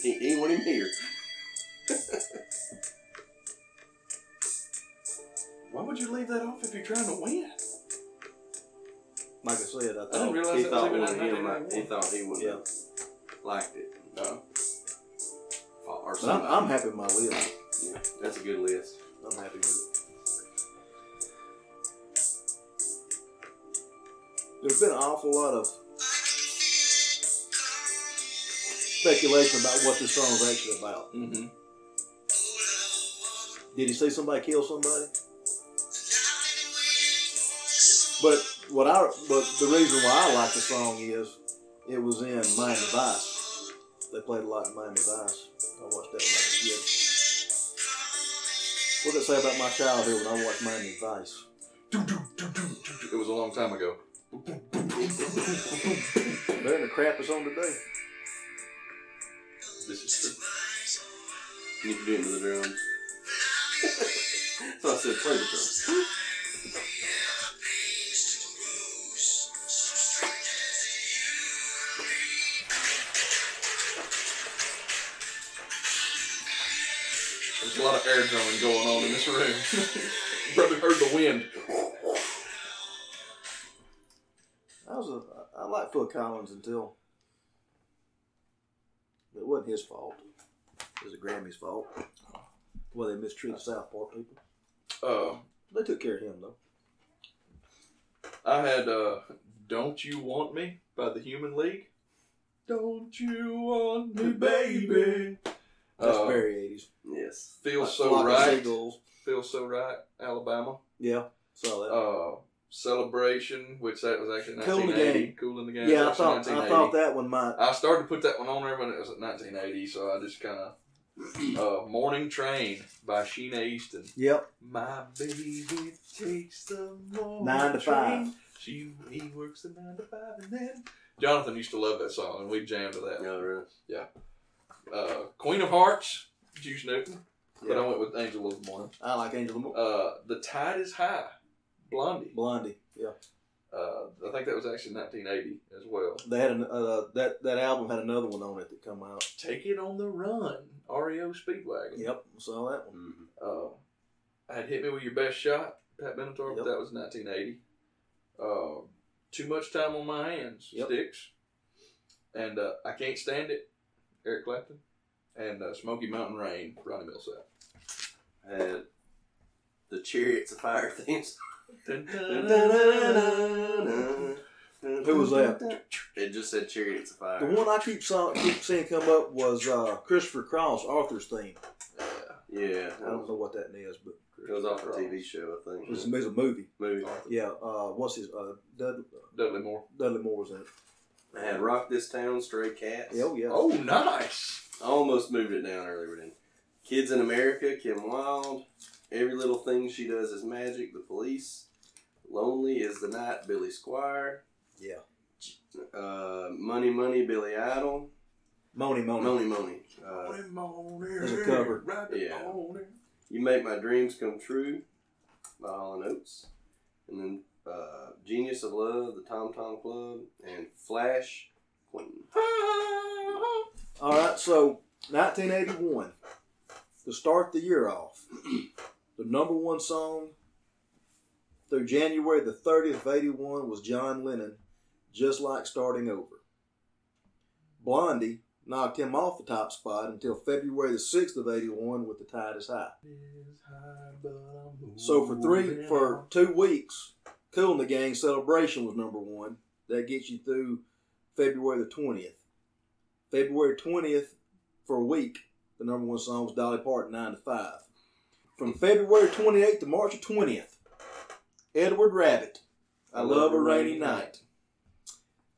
C: He, he ain't want him here.
A: Why would you leave that off if you're trying to win?
B: Like I said,
A: I
B: I
A: didn't
B: thought
A: realize
C: he
A: that
C: thought
A: was
C: one of
A: even
C: him.
A: on
C: might- He thought he would
B: Yeah.
C: have liked it.
A: No.
C: Or
B: But I'm,
C: something.
B: I'm happy with my list.
C: Yeah, that's a good list.
B: I'm happy with it. There's been an awful lot of speculation about what this song's actually about.
A: Mm-hmm.
B: Did he say somebody killed somebody? But what I but the reason why I like the song is it was in Miami Vice. They played a lot in Miami Vice. I watched that when I was a kid. What did it say about my childhood when I watched Miami Vice?
A: It was a long time ago.
B: Better than the crap that's on today.
A: This is true.
C: You can do it with the drums. That's why I said play the drums.
A: There's a lot of air drumming going on in this room. Probably heard the wind.
B: I was a, I liked Phil Collins until it wasn't his fault. It was the Grammys' fault. Well, they mistreated South Park people.
A: Uh,
B: They took care of him though.
A: I had uh, "Don't You Want Me" by the Human League. Don't you want me, baby?
B: That's
A: Uh,
B: very eighties.
C: Yes.
A: Feels so right. Feels so right. Alabama.
B: Yeah, saw that.
A: Uh, celebration, which that was actually
B: Cool in the
A: 1980. Cool in the game.
B: yeah, I
A: That's
B: thought I
A: 1980.
B: thought that one might.
A: I started to put that one on there when it was 1980, so I just kind of. Uh, Morning Train by Sheena Easton.
B: Yep,
A: My baby takes the morning
B: Nine to
A: train.
B: five.
A: She he works the nine to five, and then Jonathan used to love that song, and we jammed to that.
C: No, really.
A: Uh, Queen of Hearts, Juice Newton, but
B: Yeah.
A: I went with Angel of the Morning.
B: I like Angela Mo-
A: Uh, the Tide is High, Blondie.
B: Blondie. Yeah,
A: Uh, I think that was actually 1980 as well.
B: they had an, uh, that that album had another one on it that come out.
A: Take It on the Run, REO Speedwagon.
B: Yep, saw that one.
C: Mhm.
A: Uh, I had Hit Me With Your Best Shot, Pat Benatar,
B: Yep.
A: but that was 1980. Uh, Too Much Time on My Hands,
B: Yep.
A: Sticks. And uh, I Can't Stand It, Eric Clapton. And uh, Smoky Mountain Rain, Ronnie Millsap.
C: Had the Chariots of Fire themes.
B: Who
C: Who
B: was that?
C: It just said Chariots of Fire.
B: The one I keep saw, keep seeing come up was uh, Christopher Cross, Arthur's theme.
C: Yeah.
B: I don't know what that is, but
C: It was off a TV show, I think.
B: it was, it was a movie.
C: movie.
B: Yeah, uh, what's his uh, Dud,
A: Dudley Moore.
B: Dudley Moore was in it.
C: I had Rock This Town, Stray Cats.
B: Oh yeah,
A: Oh, nice.
C: I almost moved it down earlier, but then Kids in America, Kim Wilde, Every Little Thing She Does Is Magic, The Police, Lonely Is the Night, Billy Squire,
B: yeah.
C: uh, Money Money, Billy Idol,
B: Money, money.
C: Money Money, uh,
A: There's
B: a cover.
C: Yeah. You Make My Dreams Come True by Hall & Oates, and then uh, Genius of Love, The Tom Tom Club, and Flash Queen.
B: All right, so 1981 to start the year off, the number one song through January the 30th of 81 was John Lennon, "Just Like Starting Over." Blondie knocked him off the top spot until February the 6th of 81 with "The Tide Is High." So for three for two weeks, Cool and the Gang Celebration was number one. That gets you through February the twentieth. February twentieth for a week, the number one song was Dolly Parton nine to five. From February twenty eighth to March twentieth, Edward Rabbit, I Love a Rainy Night.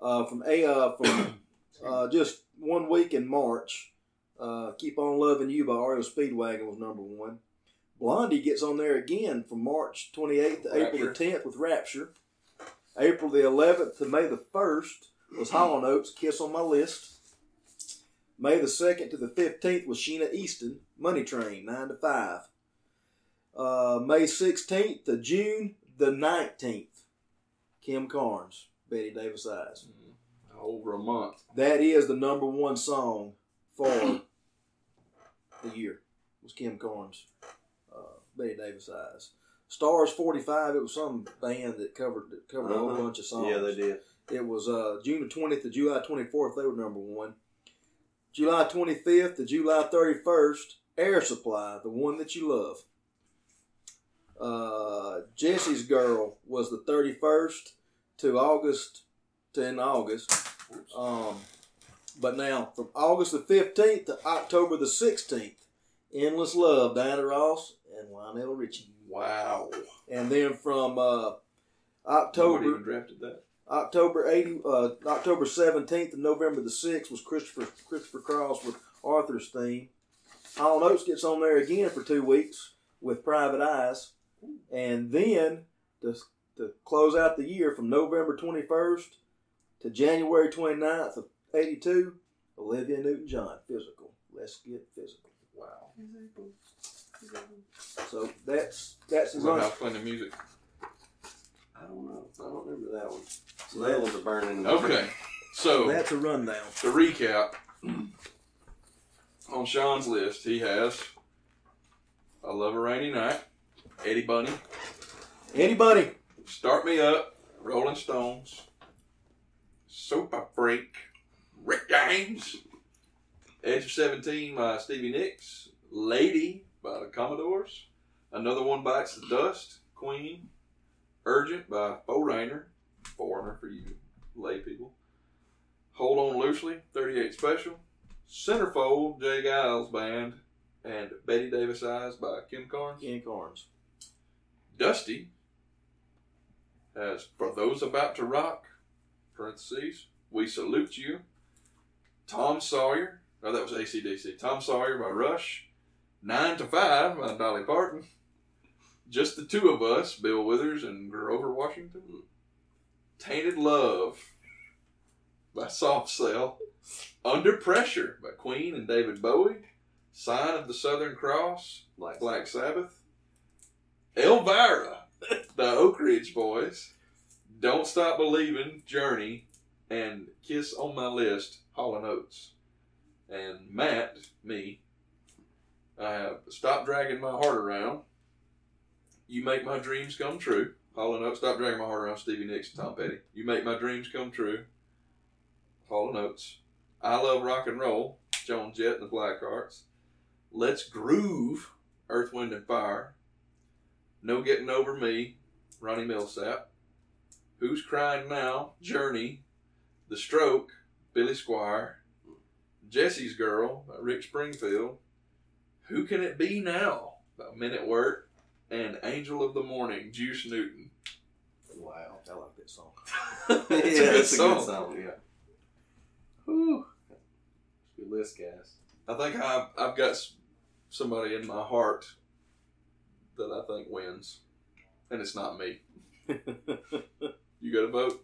B: Uh, from a uh, from uh, just one week in March, uh, Keep on Loving You by Ario Speedwagon was number one. Blondie gets on there again from March 28th to April the
A: Rapture.
B: 10th with Rapture. April the 11th to May the 1st was Hollow Oates, Kiss on My List. May the 2nd to the 15th was Sheena Easton, Money Train, 9 to 5. Uh, May 16th to June the 19th, Kim Carnes, Betty Davis Eyes.
A: Over a month.
B: That is the number one song for the year. Was Kim Carnes, uh, Betty Davis Eyes. Stars 45, it was some band that covered that covered a whole
C: Uh-huh.
B: bunch of songs.
C: Yeah, they did.
B: It was uh, June the 20th to July 24th. They were number one. July 25th to July 31st, Air Supply, the one that you love. Uh, Jesse's Girl was the 31st to August to in August. Um, but now, from August the 15th to October the 16th, Endless Love, Diana Ross and Lionel Richie.
A: Wow.
B: And then from uh,
A: Nobody
B: October
A: even drafted that.
B: October eighty, uh, October seventeenth, and November the sixth was Christopher Christopher Cross with Arthur's theme. Hall Oates gets on there again for two weeks with Private Eyes, and then to, to close out the year from November twenty first to January 29th of 82, Olivia Newton John, physical. Let's get physical.
A: Wow.
B: So that's that's his
A: Is that how
B: own.
A: playing the music?
C: I don't know. I don't remember that one.
B: So
C: that
B: that-
C: was a burning.
A: Okay. So
B: That's a rundown.
A: to recap, on Sean's list, he has I Love a Rainy Night, Eddie Bunny,
B: Anybody?
A: Start Me Up, Rolling Stones, Sopa Freak, Rick James, Edge of 17 by Stevie Nicks, Lady by the Commodores, Another One Bites the Dust, Queen, Urgent by Bo Rainer, Foreigner for you lay people, Hold On Loosely, 38 Special, Centerfold, Jay Giles Band, and Betty Davis Eyes by Kim Carnes.
B: Ken Carnes.
A: Dusty as for those about to rock, parentheses, we salute you. Tom Sawyer, oh, that was ACDC. Tom Sawyer by Rush. Nine to Five by Dolly Parton. Just the two of us, Bill Withers and Grover Washington. Tainted Love by Soft Cell. Under Pressure by Queen and David Bowie. Sign of the Southern Cross, like Black Sabbath. Elvira, the Oak Ridge Boys, Don't Stop Believing, Journey, and Kiss on My List, Hall and Oates. And Matt, me, I have Stop Dragging My Heart Around, You Make My Dreams Come True, Hall and Oates, Stop Dragging My Heart Around, Stevie Nicks, and Tom Petty. You Make My Dreams Come True, Hall and Oates. I Love Rock and Roll, Joan Jett and the Blackhearts. Let's Groove, Earth, Wind, and Fire, no Getting Over Me, Ronnie Millsap. Who's Crying Now, Journey, The Stroke, Billy Squire. Jesse's Girl by Rick Springfield. Who Can It Be Now by Minute Work. And Angel of the Morning, Juice Newton.
B: Wow, I like that song.
A: It's
C: yeah,
A: a good
C: that's a
A: song.
C: good song. Yeah. Whew. Good list, guys.
A: I think I've, I've got s- somebody in my heart that I think wins. And it's not me. You got to vote?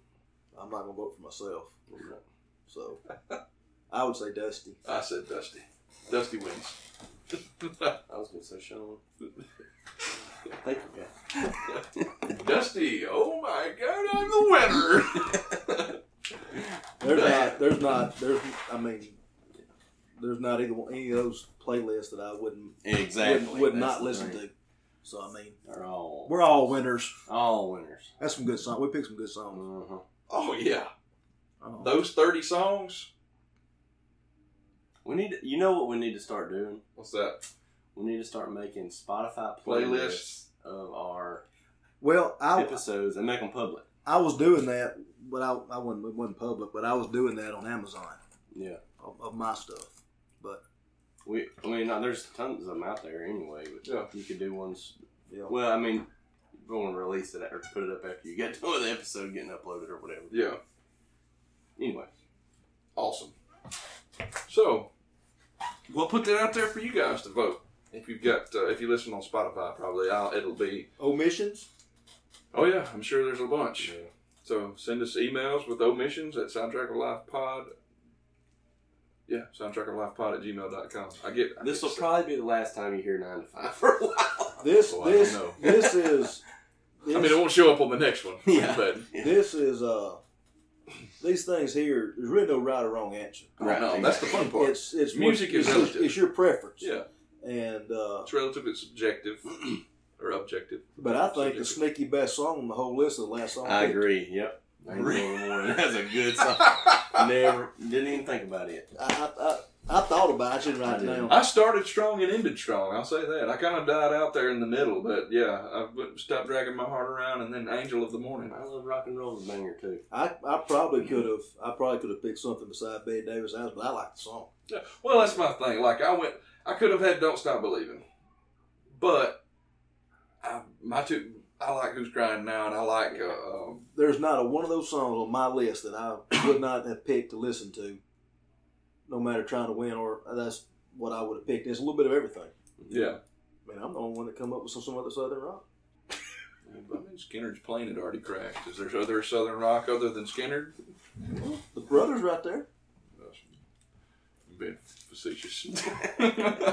B: I'm not gonna vote for myself, so I would say Dusty.
A: I said Dusty. Dusty wins.
C: I was gonna say Sean. Thank you, guys.
A: Dusty, oh my god, I'm the winner.
B: There's not, there's not, there's. I mean, there's not either one, any of those playlists that I wouldn't would, would not listen to. So I mean,
C: They're all
B: we're all winners.
C: all winners.
B: That's some good songs. We picked some good songs.
C: Uh-huh.
A: oh yeah,
B: Oh.
A: those thirty songs.
C: We need. To, you know what we need to start doing?
A: What's that?
C: We need to start making Spotify playlists
A: Playlists.
C: of our
B: Well, I
C: episodes and make them public.
B: I was doing that, but I, I wasn't it wasn't public. But I was doing that on Amazon
C: Yeah.
B: of, of my stuff. But
C: We. I mean, no, there's tons of them out there anyway. But
A: Yeah.
C: you could do ones.
B: yeah,
C: Well, I mean, we want to release it or put it up after you get done with the episode getting uploaded or whatever.
A: Yeah,
C: Anyway,
A: awesome. So, we'll put that out there for you guys to vote. If you've got, uh, if you listen on Spotify, probably I'll, it'll be.
B: omissions.
A: Oh yeah, I'm sure there's a bunch. So send us emails with omissions at soundtrack of life pod. Yeah, soundtrack of life pod at gmail.com. I get I
C: this
A: get
C: will probably be the last time you hear nine to five for a while.
B: This
A: Oh, I
B: this
A: don't know.
B: this is. This,
A: I mean, it won't show up on the next one.
C: Yeah.
A: but
B: this is uh. These things here, there's really no right or wrong answer.
A: right now that's the fun part.
B: It's it's
A: Music is
B: it's,
A: relative.
B: it's your preference.
A: yeah.
B: And uh,
A: It's relative. It's subjective or objective.
B: but I think the sneaky best song on the whole list is the last song.
C: I
B: picked.
C: agree. Yep. That's a good song. Never didn't even think about it.
B: I, I, I, I thought about. it. I shouldn't write it
C: I did.
B: down.
A: I started strong and ended strong. I'll say that. I kind of died out there in the middle, but yeah, I w- stopped dragging my heart around, and then Angel of the Morning.
C: I love rock and roll is a banger too.
B: I, I probably could have. I probably could have picked something beside Betty Davis' house, but I like the song.
A: Yeah. Well, that's my thing. Like I went, I could have had Don't Stop Believing, but I, my two, I like Who's Crying Now, and I like uh, um,
B: There's not a one of those songs on my list that I would not have picked to listen to, no matter trying to win or that's what I would have picked. It's a little bit of everything.
A: yeah.
B: Man, I'm the only one that come up with some, some other Southern rock.
A: I mean, Skinner's plane had already crashed. Is there other Southern rock other than Skinner?
B: The brother's right there.
A: I'm being facetious.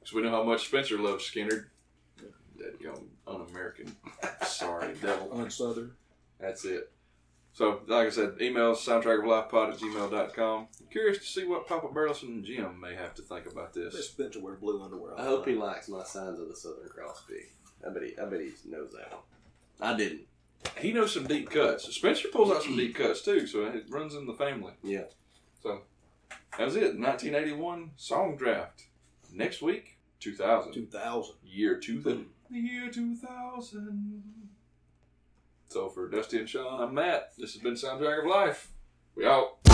A: Because we know how much Spencer loves Skinner. That young un-American. Sorry, devil.
B: On Southern.
A: That's it. So, like I said, email soundtrackoflifepod at gmail.com. Curious to see what Papa Burleson and Jim may have to think about
B: This
A: this.
B: Spencer wear blue underwear.
C: I hope he likes my signs of the Southern Cross B. I bet he, I bet he knows that one. I didn't.
A: He knows some deep cuts. Spencer pulls out some deep cuts too, so it runs in the family.
C: Yeah.
A: So, that's it. 1981 song draft. Next week, 2000.
B: Two thousand.
A: year 2000. The year 2000. So for Dusty and Sean, I'm Matt. This has been Soundtrack of Life. We out.